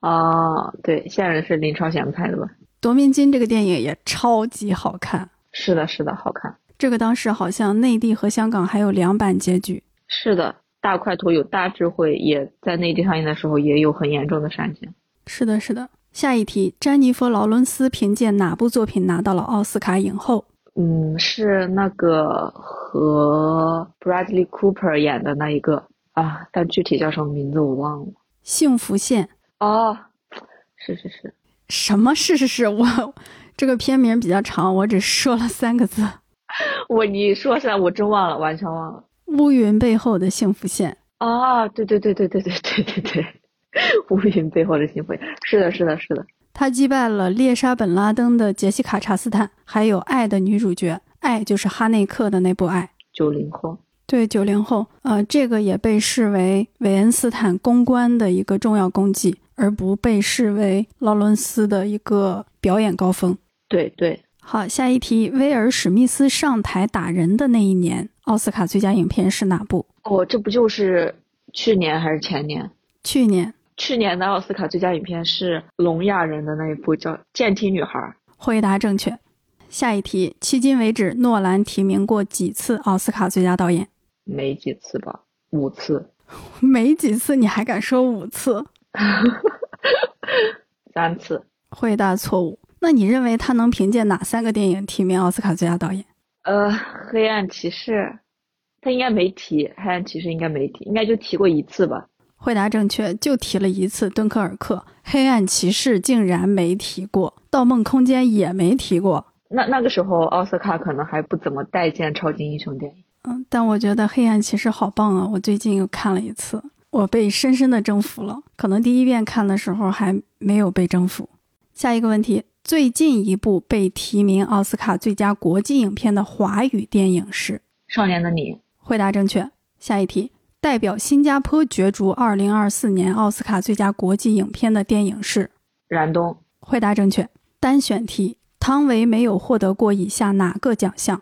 Speaker 2: 啊？对，线人是林超贤拍的吧？
Speaker 1: 夺命金这个电影也超级好看，
Speaker 2: 是的，是的，好看。
Speaker 1: 这个当时好像内地和香港还有两版结局。
Speaker 2: 是的，大块头有大智慧，也在内地上映的时候也有很严重的删减。
Speaker 1: 是的，是的。下一题，詹妮弗·劳伦斯凭借哪部作品拿到了奥斯卡影后？
Speaker 2: 嗯，是那个和 Bradley Cooper 演的那一个啊，但具体叫什么名字我忘了。
Speaker 1: 幸福线
Speaker 2: 哦，是是是，
Speaker 1: 什么？是是是，我这个片名比较长，我只说了三个字：
Speaker 2: 我你说起来我真忘了，完全忘了。
Speaker 1: 乌云背后的幸福线。
Speaker 2: 啊，对对对对对对对对对， 乌云背后的幸福，是的，是的，是的，
Speaker 1: 他击败了猎杀本拉登的杰西卡·查斯坦，还有《爱》的女主角，《爱》就是哈内克的那部《爱》。
Speaker 2: 九零后。
Speaker 1: 对九零后，呃，这个也被视为韦恩斯坦公关的一个重要功绩，而不被视为劳伦斯的一个表演高峰。
Speaker 2: 对对，
Speaker 1: 好，下一题，威尔史密斯上台打人的那一年，奥斯卡最佳影片是哪部？
Speaker 2: 哦，这不就是去年还是前年？
Speaker 1: 去年
Speaker 2: 去年的奥斯卡最佳影片是聋哑人的那一部叫《健听女孩》。
Speaker 1: 回答正确。下一题，迄今为止，诺兰提名过几次奥斯卡最佳导演？
Speaker 2: 没几次吧，五次，
Speaker 1: 没几次，你还敢说五次？
Speaker 2: 三次。
Speaker 1: 回答错误。那你认为他能凭借哪三个电影提名奥斯卡最佳导演？
Speaker 2: 呃，黑暗骑士，他应该没提，黑暗骑士应该没提，应该就提过一次吧。
Speaker 1: 回答正确，就提了一次《敦刻尔克》，《黑暗骑士》竟然没提过，《盗梦空间》也没提过。
Speaker 2: 那那个时候奥斯卡可能还不怎么待见超级英雄电影。
Speaker 1: 嗯，但我觉得《黑暗骑士》好棒啊！我最近又看了一次，我被深深的征服了。可能第一遍看的时候还没有被征服。下一个问题，最近一部被提名奥斯卡最佳国际影片的华语电影是？
Speaker 2: 少年的你，
Speaker 1: 回答正确。下一题，代表新加坡角逐2024年奥斯卡最佳国际影片的电影是？
Speaker 2: 燃冬，
Speaker 1: 回答正确。单选题，汤唯没有获得过以下哪个奖项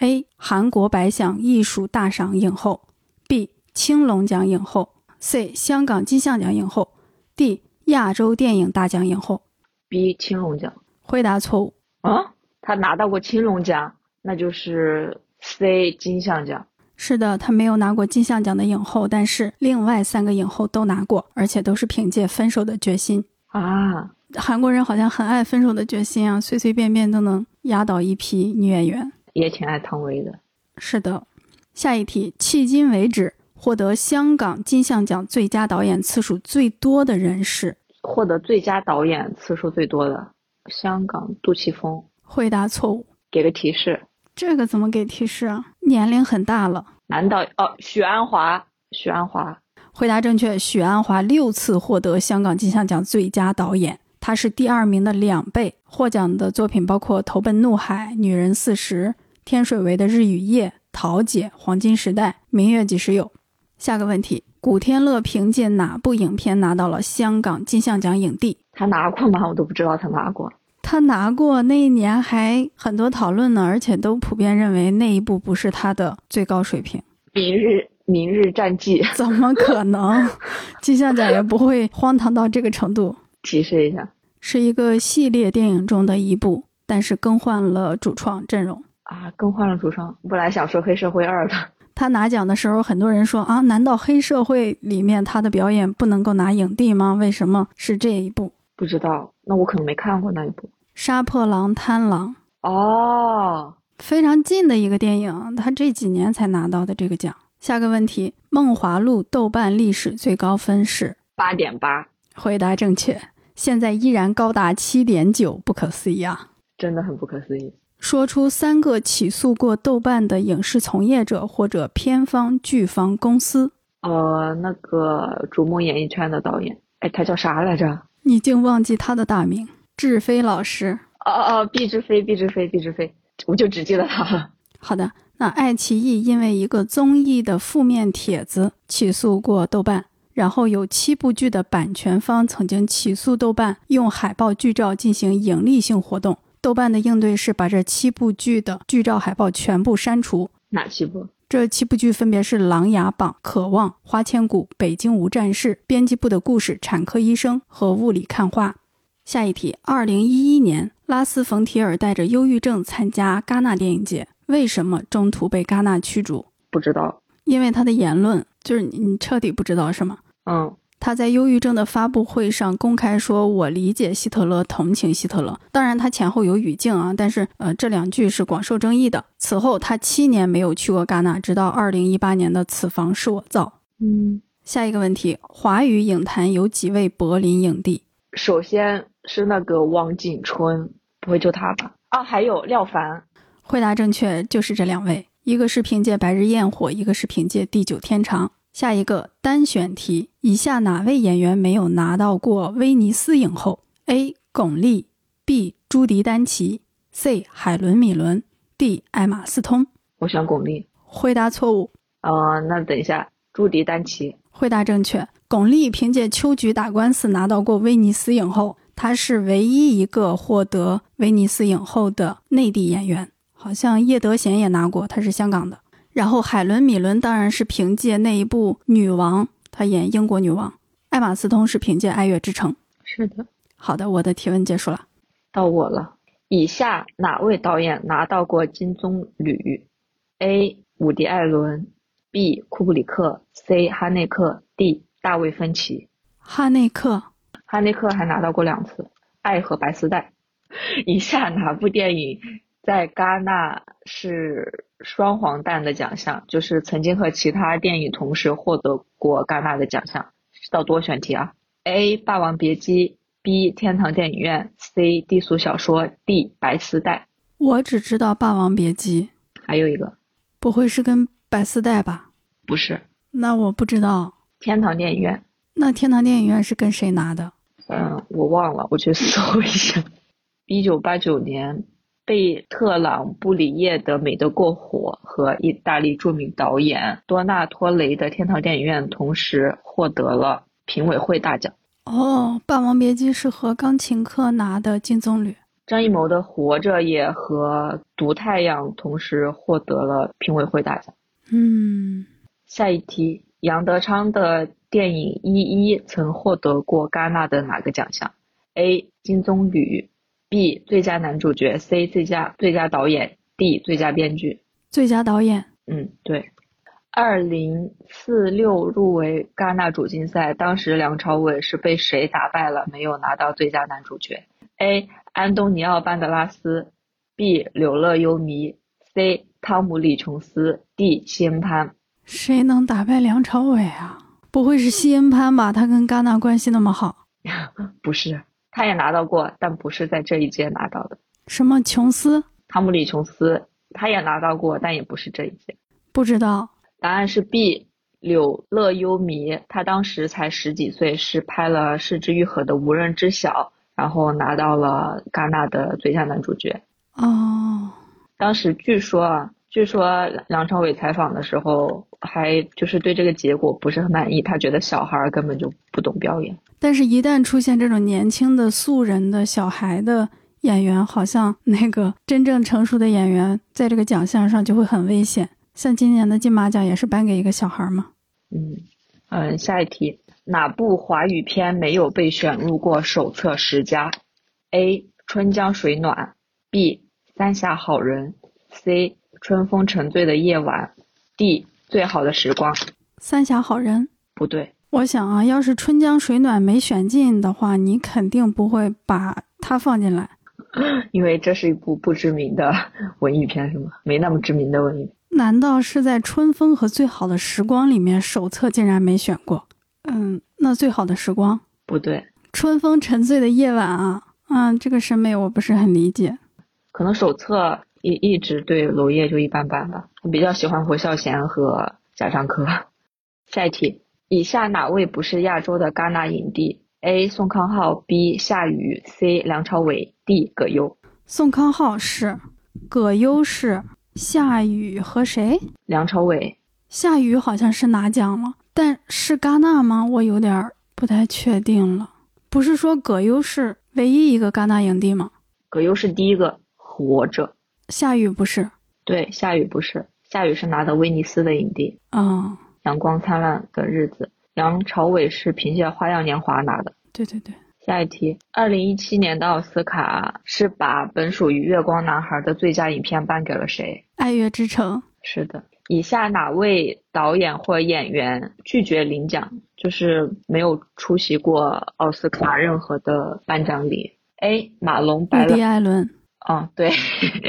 Speaker 1: ？A. 韩国百想艺术大赏影后；B. 青龙奖影后；C. 香港金像奖影后；D. 亚洲电影大奖影后。
Speaker 2: 逼青龙奖
Speaker 1: 回答错误。
Speaker 2: 啊，他拿到过青龙奖，那就是 C 金像奖。
Speaker 1: 是的，她没有拿过金像奖的影后，但是另外三个影后都拿过，而且都是凭借《分手的决心》。
Speaker 2: 啊，
Speaker 1: 韩国人好像很爱《分手的决心》啊，随随便便都能压倒一批女演员。
Speaker 2: 也挺爱汤唯的。
Speaker 1: 是的，下一题，迄今为止获得香港金像奖最佳导演次数最多的人是？
Speaker 2: 获得最佳导演次数最多的香港杜琪峰，
Speaker 1: 回答错误，
Speaker 2: 给个提示，
Speaker 1: 这个怎么给提示啊？年龄很大了。
Speaker 2: 男导哦，许鞍华，许鞍华，
Speaker 1: 回答正确，许鞍华六次获得香港金像奖最佳导演，他是第二名的两倍。获奖的作品包括《投奔怒海》《女人四十》《天水围的日与夜》《桃姐》《黄金时代》《明月几时有》。下个问题，古天乐凭借哪部影片拿到了香港金像奖影帝？
Speaker 2: 他拿过吗？我都不知道他拿过。
Speaker 1: 他拿过那一年还很多讨论呢，而且都普遍认为那一部不是他的最高水平。
Speaker 2: 明日明日战记，
Speaker 1: 怎么可能？ 金像奖也不会荒唐到这个程度。
Speaker 2: 提示一下
Speaker 1: 是一个系列电影中的一部，但是更换了主创阵容。
Speaker 2: 啊，更换了主创，本来想说黑社会二的，
Speaker 1: 他拿奖的时候，很多人说啊，难道黑社会里面他的表演不能够拿影帝吗？为什么是这一部？
Speaker 2: 不知道，那我可能没看过那一部。
Speaker 1: 杀破狼贪狼
Speaker 2: 哦，
Speaker 1: 非常近的一个电影，他这几年才拿到的这个奖。下个问题，《梦华录》豆瓣历史最高分是
Speaker 2: 八点八，
Speaker 1: 回答正确，现在依然高达七点九，不可思议啊！
Speaker 2: 真的很不可思议。
Speaker 1: 说出三个起诉过豆瓣的影视从业者或者片方、剧方、公司，
Speaker 2: 呃，那个瞩目演艺圈的导演，哎，他叫啥来着？
Speaker 1: 你竟忘记他的大名？志飞老师。
Speaker 2: 哦哦哦，毕志飞，毕志飞，毕志飞，我就只记得他了。
Speaker 1: 好的，那爱奇艺因为一个综艺的负面帖子起诉过豆瓣，然后有七部剧的版权方曾经起诉豆瓣用海报剧照进行盈利性活动，豆瓣的应对是把这七部剧的剧照海报全部删除。
Speaker 2: 哪七部？
Speaker 1: 这七部剧分别是《琅琊榜》《渴望》《花千骨》《北京无战事》《编辑部的故事》《产科医生》和《雾里看花》。下一题，二零一一年，拉斯冯提尔带着忧郁症参加戛纳电影节，为什么中途被戛纳驱逐？
Speaker 2: 不知道。
Speaker 1: 因为他的言论，就是你你彻底不知道是吗？
Speaker 2: 嗯，
Speaker 1: 他在忧郁症的发布会上公开说：“我理解希特勒，同情希特勒。”当然，他前后有语境啊，但是呃，这两句是广受争议的。此后，他七年没有去过戛纳，直到二零一八年的“此房是我造
Speaker 2: 嗯，”。
Speaker 1: 下一个问题，华语影坛有几位柏林影帝？
Speaker 2: 首先是那个汪景春，不会就他吧？啊，还有廖凡。
Speaker 1: 回答正确就是这两位，一个是凭借《白日焰火》，一个是凭借《地久天长》。下一个单选题，以下哪位演员没有拿到过威尼斯影后？A. 巩俐，B. 朱迪丹奇，C. 海伦米伦，D. 艾玛斯通。
Speaker 2: 我选巩俐。
Speaker 1: 回答错误，
Speaker 2: 啊、那等一下，朱迪丹奇。
Speaker 1: 回答正确。巩俐凭借秋菊打官司拿到过威尼斯影后，她是唯一一个获得威尼斯影后的内地演员。好像叶德娴也拿过，她是香港的。然后海伦·米伦当然是凭借那一部《女王》，她演英国女王。艾玛·斯通是凭借《爱乐之城》。
Speaker 2: 是的，
Speaker 1: 好的，我的提问结束了。
Speaker 2: 到我了。以下哪位导演拿到过金棕榈？A. 伍迪·艾伦，B. 库布里克，C. 哈内克，D. 大卫·芬奇。
Speaker 1: 哈内克，
Speaker 2: 哈内克还拿到过两次《爱和白丝带》。以下哪部电影在戛纳是双黄蛋的奖项？就是曾经和其他电影同时获得过戛纳的奖项。是道多选题啊！A. 霸王别姬，B. 天堂电影院，C. 低俗小说，D. 白丝带。
Speaker 1: 我只知道《霸王别姬》，
Speaker 2: 还有一个
Speaker 1: 不会是跟白丝带吧？
Speaker 2: 不是
Speaker 1: 那我不知道。
Speaker 2: 天堂电影院，
Speaker 1: 那天堂电影院是跟谁拿的？
Speaker 2: 嗯，我忘了，我 去搜一下。一九八九年，被特朗布里耶的《美得过火》和意大利著名导演多纳托雷的《天堂电影院》同时获得了评委会大奖。
Speaker 1: 哦，《霸王别姬》是和钢琴课拿的金棕榈。
Speaker 2: 张艺谋的《活着》也和《毒太阳》同时获得了评委会大奖。
Speaker 1: 嗯，
Speaker 2: 下一题，杨德昌的电影《一一》曾获得过戛纳的哪个奖项？A. 金棕榈，B. 最佳男主角，C. 最佳最佳导演，D. 最佳编剧。
Speaker 1: 最佳导演
Speaker 2: 嗯，对。二零四六入围戛纳主竞赛，当时梁朝伟是被谁打败了？没有拿到最佳男主角？A. 安东尼奥·班德拉斯，B. 柳乐优弥，C. 汤姆·李琼斯，D. 谢恩潘。
Speaker 1: 谁能打败梁朝伟啊？不会是西恩潘吧？他跟戛纳关系那么好，
Speaker 2: 不是，他也拿到过，但不是在这一届拿到的。
Speaker 1: 什么琼斯
Speaker 2: 汤姆·里琼斯他也拿到过，但也不是这一届。
Speaker 1: 不知道。
Speaker 2: 答案是 B，柳乐优弥，他当时才十几岁，是拍了《失之愈合》的《无人知晓》，然后拿到了戛纳的最佳男主角。
Speaker 1: 哦，
Speaker 2: 当时据说啊，据说梁朝伟采访的时候还就是对这个结果不是很满意，他觉得小孩儿根本就不懂表演。
Speaker 1: 但是，一旦出现这种年轻的素人的小孩的演员，好像那个真正成熟的演员在这个奖项上就会很危险。像今年的金马奖也是颁给一个小孩嘛。
Speaker 2: 嗯嗯，下一题，哪部华语片没有被选入过手册十佳？A.《春江水暖》B.《三峡好人》C.《春风沉醉的夜晚》D. 最好的时光。
Speaker 1: 三峡好人，
Speaker 2: 不对，
Speaker 1: 我想啊，要是《春江水暖》没选进的话，你肯定不会把它放进来。
Speaker 2: 因为这是一部不知名的 文艺片，是吗？没那么知名的文艺片。
Speaker 1: 难道是在《春风》和《最好的时光》里面，手册竟然没选过？嗯，那《最好的时光》
Speaker 2: 不对，
Speaker 1: 春风沉醉的夜晚啊，嗯，这个审美我不是很理解。
Speaker 2: 可能手册一一直对娄烨就一般般吧，我比较喜欢侯孝贤和贾樟柯。下一题，以下哪位不是亚洲的戛纳影帝？A. 宋康昊，B. 夏雨，C. 梁朝伟，D. 葛优。
Speaker 1: 宋康昊是，葛优是，夏雨和谁？
Speaker 2: 梁朝伟，
Speaker 1: 夏雨好像是拿奖了，但是戛纳吗？我有点儿不太确定了。不是说葛优是唯一一个戛纳影帝吗？
Speaker 2: 葛优是第一个活着。
Speaker 1: 夏雨不是，
Speaker 2: 对，夏雨不是，夏雨是拿的威尼斯的影帝，
Speaker 1: 嗯，
Speaker 2: 《阳光灿烂的日子》。梁朝伟是凭借《花样年华》拿的。
Speaker 1: 对对对，
Speaker 2: 下一题，二零一七年的奥斯卡是把本属于《月光男孩》的最佳影片颁给了谁？
Speaker 1: 《爱乐之城》
Speaker 2: 是的，以下哪位导演或演员拒绝领奖，就是没有出席过奥斯卡任何的颁奖礼？A. 马龙白
Speaker 1: 伍迪·
Speaker 2: 兰，
Speaker 1: 艾伦，
Speaker 2: 哦，对，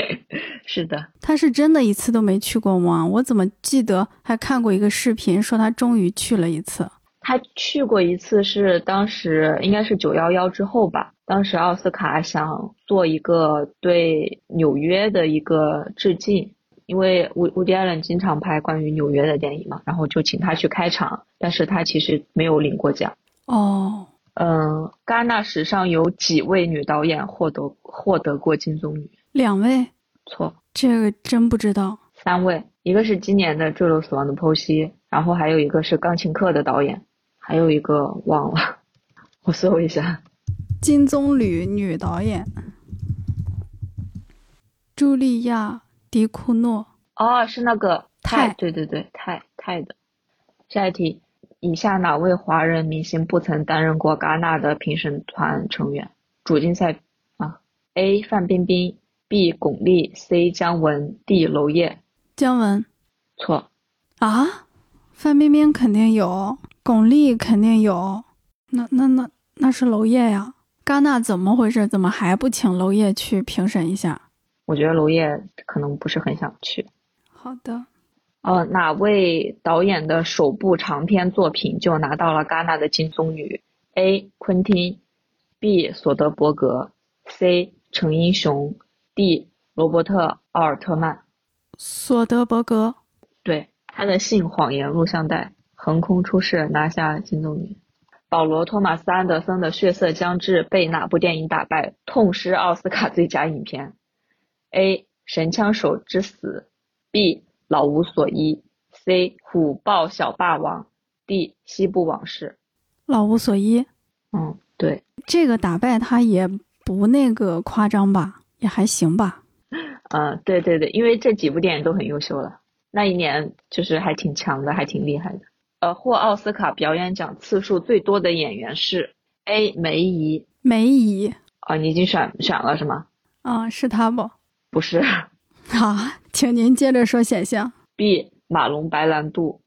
Speaker 2: 是的，
Speaker 1: 他是真的一次都没去过吗？我怎么记得还看过一个视频，说他终于去了一次。
Speaker 2: 他去过一次，是当时应该是九幺幺之后吧。当时奥斯卡想做一个对纽约的一个致敬，因为伍伍迪·艾伦经常拍关于纽约的电影嘛，然后就请他去开场，但是他其实没有领过奖。
Speaker 1: 哦，
Speaker 2: 嗯，戛纳史上有几位女导演获得获得过金棕榈？
Speaker 1: 两位，
Speaker 2: 错，
Speaker 1: 这个真不知道。
Speaker 2: 三位，一个是今年的《坠落死亡的剖析》，然后还有一个是《钢琴课》的导演，还有一个忘了， 我搜一下。
Speaker 1: 金棕榈女导演茱莉亚·迪库诺。
Speaker 2: 哦，是那个
Speaker 1: 泰
Speaker 2: 对对对，泰泰的。下一题，以下哪位华人明星不曾担任过戛纳的评审团成员？主竞赛啊，A. 范冰冰，B. 巩俐，C. 姜文，D. 娄烨。
Speaker 1: 姜文
Speaker 2: 错，
Speaker 1: 啊，范冰冰肯定有，巩俐肯定有，那那那那是娄烨呀。戛纳怎么回事？怎么还不请娄烨去评审一下？
Speaker 2: 我觉得娄烨可能不是很想去。
Speaker 1: 好的，
Speaker 2: 呃，哪位导演的首部长篇作品就拿到了戛纳的金棕榈？A. 昆汀，B. 索德伯格，C. 陈英雄，D. 罗伯特·奥尔特曼。
Speaker 1: 索德伯格
Speaker 2: 对，他的性谎言录像带横空出世，拿下金棕榈。保罗·托马斯·安德森的《血色将至》被哪部电影打败，痛失奥斯卡最佳影片？A.《神枪手之死》B. 老无所依 C. 虎豹小霸王 D. 西部往事。
Speaker 1: 老无所依，
Speaker 2: 嗯，对，
Speaker 1: 这个打败他也不那个夸张吧，也还行吧。
Speaker 2: 嗯，对对对，因为这几部电影都很优秀了，那一年就是还挺强的，还挺厉害的。呃，获奥斯卡表演奖次数最多的演员是 A. 梅姨
Speaker 1: 梅姨
Speaker 2: 啊、你已经选选了是吗？
Speaker 1: 啊，是他 不？
Speaker 2: 不是
Speaker 1: 好，啊请您接着说选项。
Speaker 2: ，B. 马龙白兰度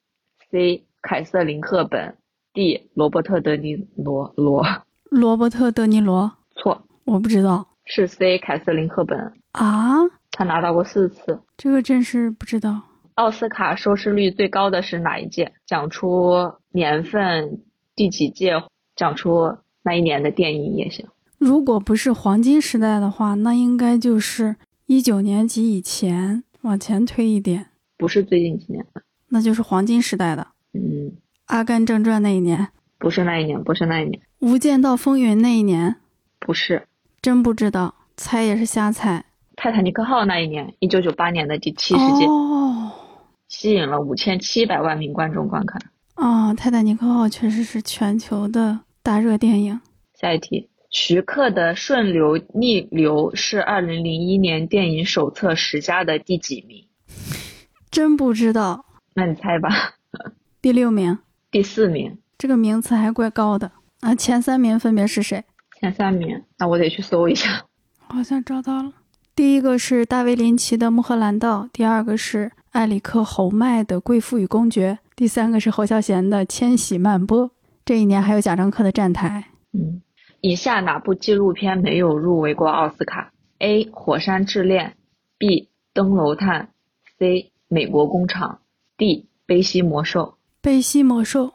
Speaker 2: ，C. 凯瑟琳赫本，D. 罗伯特德尼罗罗，
Speaker 1: 罗伯特·德尼罗，
Speaker 2: 错，
Speaker 1: 我不知道
Speaker 2: 是 C. 凯瑟琳赫本，
Speaker 1: 啊，
Speaker 2: 她拿到过四次。
Speaker 1: 这个真是不知道。
Speaker 2: 奥斯卡收视率最高的是哪一届？讲出年份、第几届，讲出那一年的电影也行。
Speaker 1: 如果不是黄金时代的话，那应该就是一九年及以前，往前推一点，
Speaker 2: 不是最近几年的，
Speaker 1: 那就是黄金时代的《
Speaker 2: 嗯，
Speaker 1: 阿甘正传》那一年，《
Speaker 2: 不是那一年，不是那一年，
Speaker 1: 无间道风云》那一年，
Speaker 2: 不是
Speaker 1: 真不知道，猜也是瞎猜。
Speaker 2: 泰坦尼克号那一年，一九九八年的第七十届，
Speaker 1: 哦，
Speaker 2: 吸引了五千七百万名观众观看。
Speaker 1: 哦，《泰坦尼克号》确实是全球的大热电影。
Speaker 2: 下一题，徐克的《顺流逆流》是二零零一年电影手册十佳的第几名？
Speaker 1: 真不知道
Speaker 2: 那你猜吧，
Speaker 1: 第六名，
Speaker 2: 第四名，
Speaker 1: 这个名次还怪高的啊！前三名分别是谁？
Speaker 2: 前三名。那我得去搜一下。
Speaker 1: 好像找到了。第一个是大卫林奇的《穆赫兰道》，第二个是埃里克侯麦的《贵妇与公爵》，第三个是侯孝贤的《千禧曼波》。这一年还有贾樟柯的《站台
Speaker 2: 嗯，以下哪部纪录片没有入围过奥斯卡？A. 火山之恋，B. 灯笼探，C. 美国工厂，D. 悲西魔兽。》。
Speaker 1: 《悲西魔兽》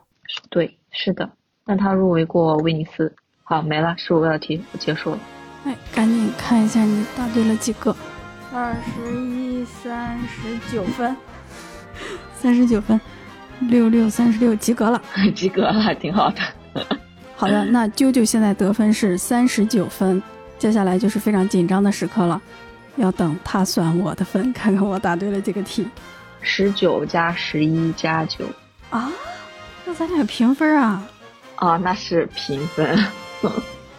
Speaker 2: 对，是的，但他入围过威尼斯。好，没了，十五道题，我结束了。
Speaker 1: 哎，赶紧看一下你答对了几个，
Speaker 3: 二十一、三十九分，
Speaker 1: 三十九分，六六三十六，及格了。
Speaker 2: 及格了，挺好的。
Speaker 1: 好 的，那啾啾现在得分是三十九分，接下来就是非常紧张的时刻了，要等他算我的分， 看看我答对了几个题
Speaker 2: 十九加十一加九
Speaker 1: 啊？那咱俩平分啊？
Speaker 2: 啊，那是平分。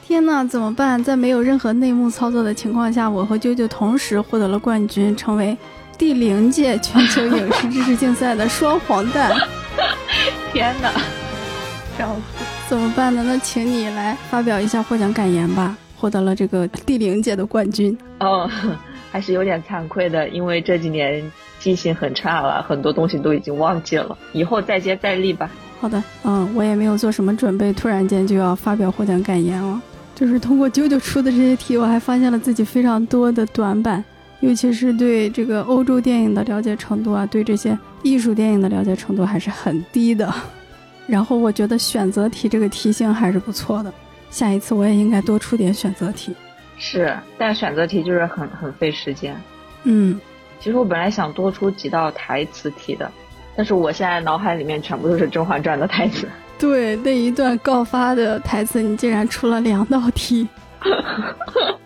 Speaker 1: 天呐，怎么办？在没有任何内幕操作的情况下，我和啾啾同时获得了冠军，成为第零届全球影视知识竞赛的双黄 蛋，
Speaker 2: 天哪！
Speaker 3: 笑死！
Speaker 1: 怎么办呢？那请你来发表一下获奖感言吧。获得了这个第零届的冠军，
Speaker 2: 哦，还是有点惭愧的，因为这几年记性很差了，很多东西都已经忘记了，以后再接再厉吧。
Speaker 1: 好的，嗯，我也没有做什么准备，突然间就要发表获奖感言了。就是通过啾啾出的这些题，我还发现了自己非常多的短板，尤其是对这个欧洲电影的了解程度啊，对这些艺术电影的了解程度还是很低的。 然后我觉得选择题这个题型还是不错的，下一次我也应该多出点选择题。
Speaker 2: 是，但选择题就是很很费时间。
Speaker 1: 嗯，
Speaker 2: 其实我本来想多出几道台词题的，但是我现在脑海里面全部都是《甄嬛传》的台词。
Speaker 1: 对，那一段告发的台词，你竟然出了两道题。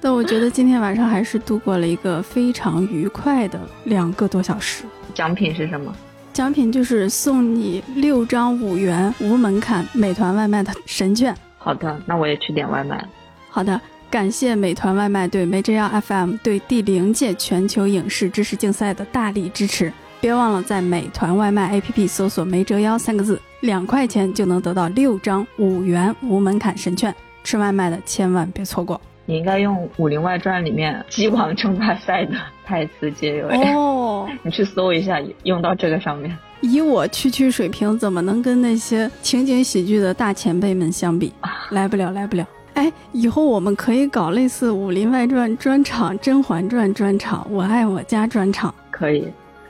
Speaker 1: 但我觉得今天晚上还是度过了一个非常愉快的两个多小时。
Speaker 2: 奖品是什么？
Speaker 1: 奖品就是送你六张五元无门槛美团外卖的神券。
Speaker 2: 好的，那我也去点外卖。
Speaker 1: 好的，感谢美团外卖对梅 j l FM 对第零届全球影视知识竞赛的大力支持。别忘了在美团外卖 APP 搜索“梅折腰”三个字，两块钱就能得到六张五元无门槛神券。吃外卖的千万别错过
Speaker 2: 你应该用《武林外传》里面鸡王争霸赛的台词结尾，
Speaker 1: 哦！
Speaker 2: 你去搜一下，用到这个上面。
Speaker 1: 以我区区水平，怎么能跟那些情景喜剧的大前辈们相比？来不了，来不了。哎，以后我们可以搞类似《武林外传》专场、《甄嬛传》专场、《我爱我家》专场。
Speaker 2: 可以。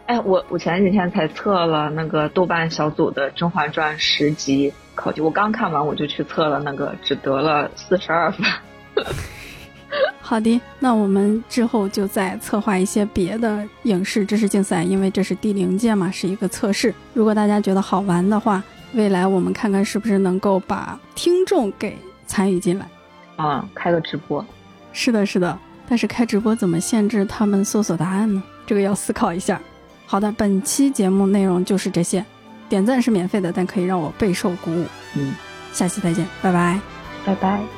Speaker 2: 哎，我我前几天才测了那个豆瓣小组的《甄嬛传》十集考题，我刚看完我就去测了那个，只得了四十二分。
Speaker 1: 好的，那我们之后就再策划一些别的影视知识竞赛，因为这是第零届嘛，是一个测试。如果大家觉得好玩的话，未来我们看看是不是能够把听众给参与进来。
Speaker 2: 啊、开个直播，
Speaker 1: 是的，是的，但是开直播怎么限制他们搜索答案呢？这个要思考一下。好的，本期节目内容就是这些，点赞是免费的，但可以让我备受鼓舞。
Speaker 2: 嗯，
Speaker 1: 下期再见，拜拜。
Speaker 2: 拜拜。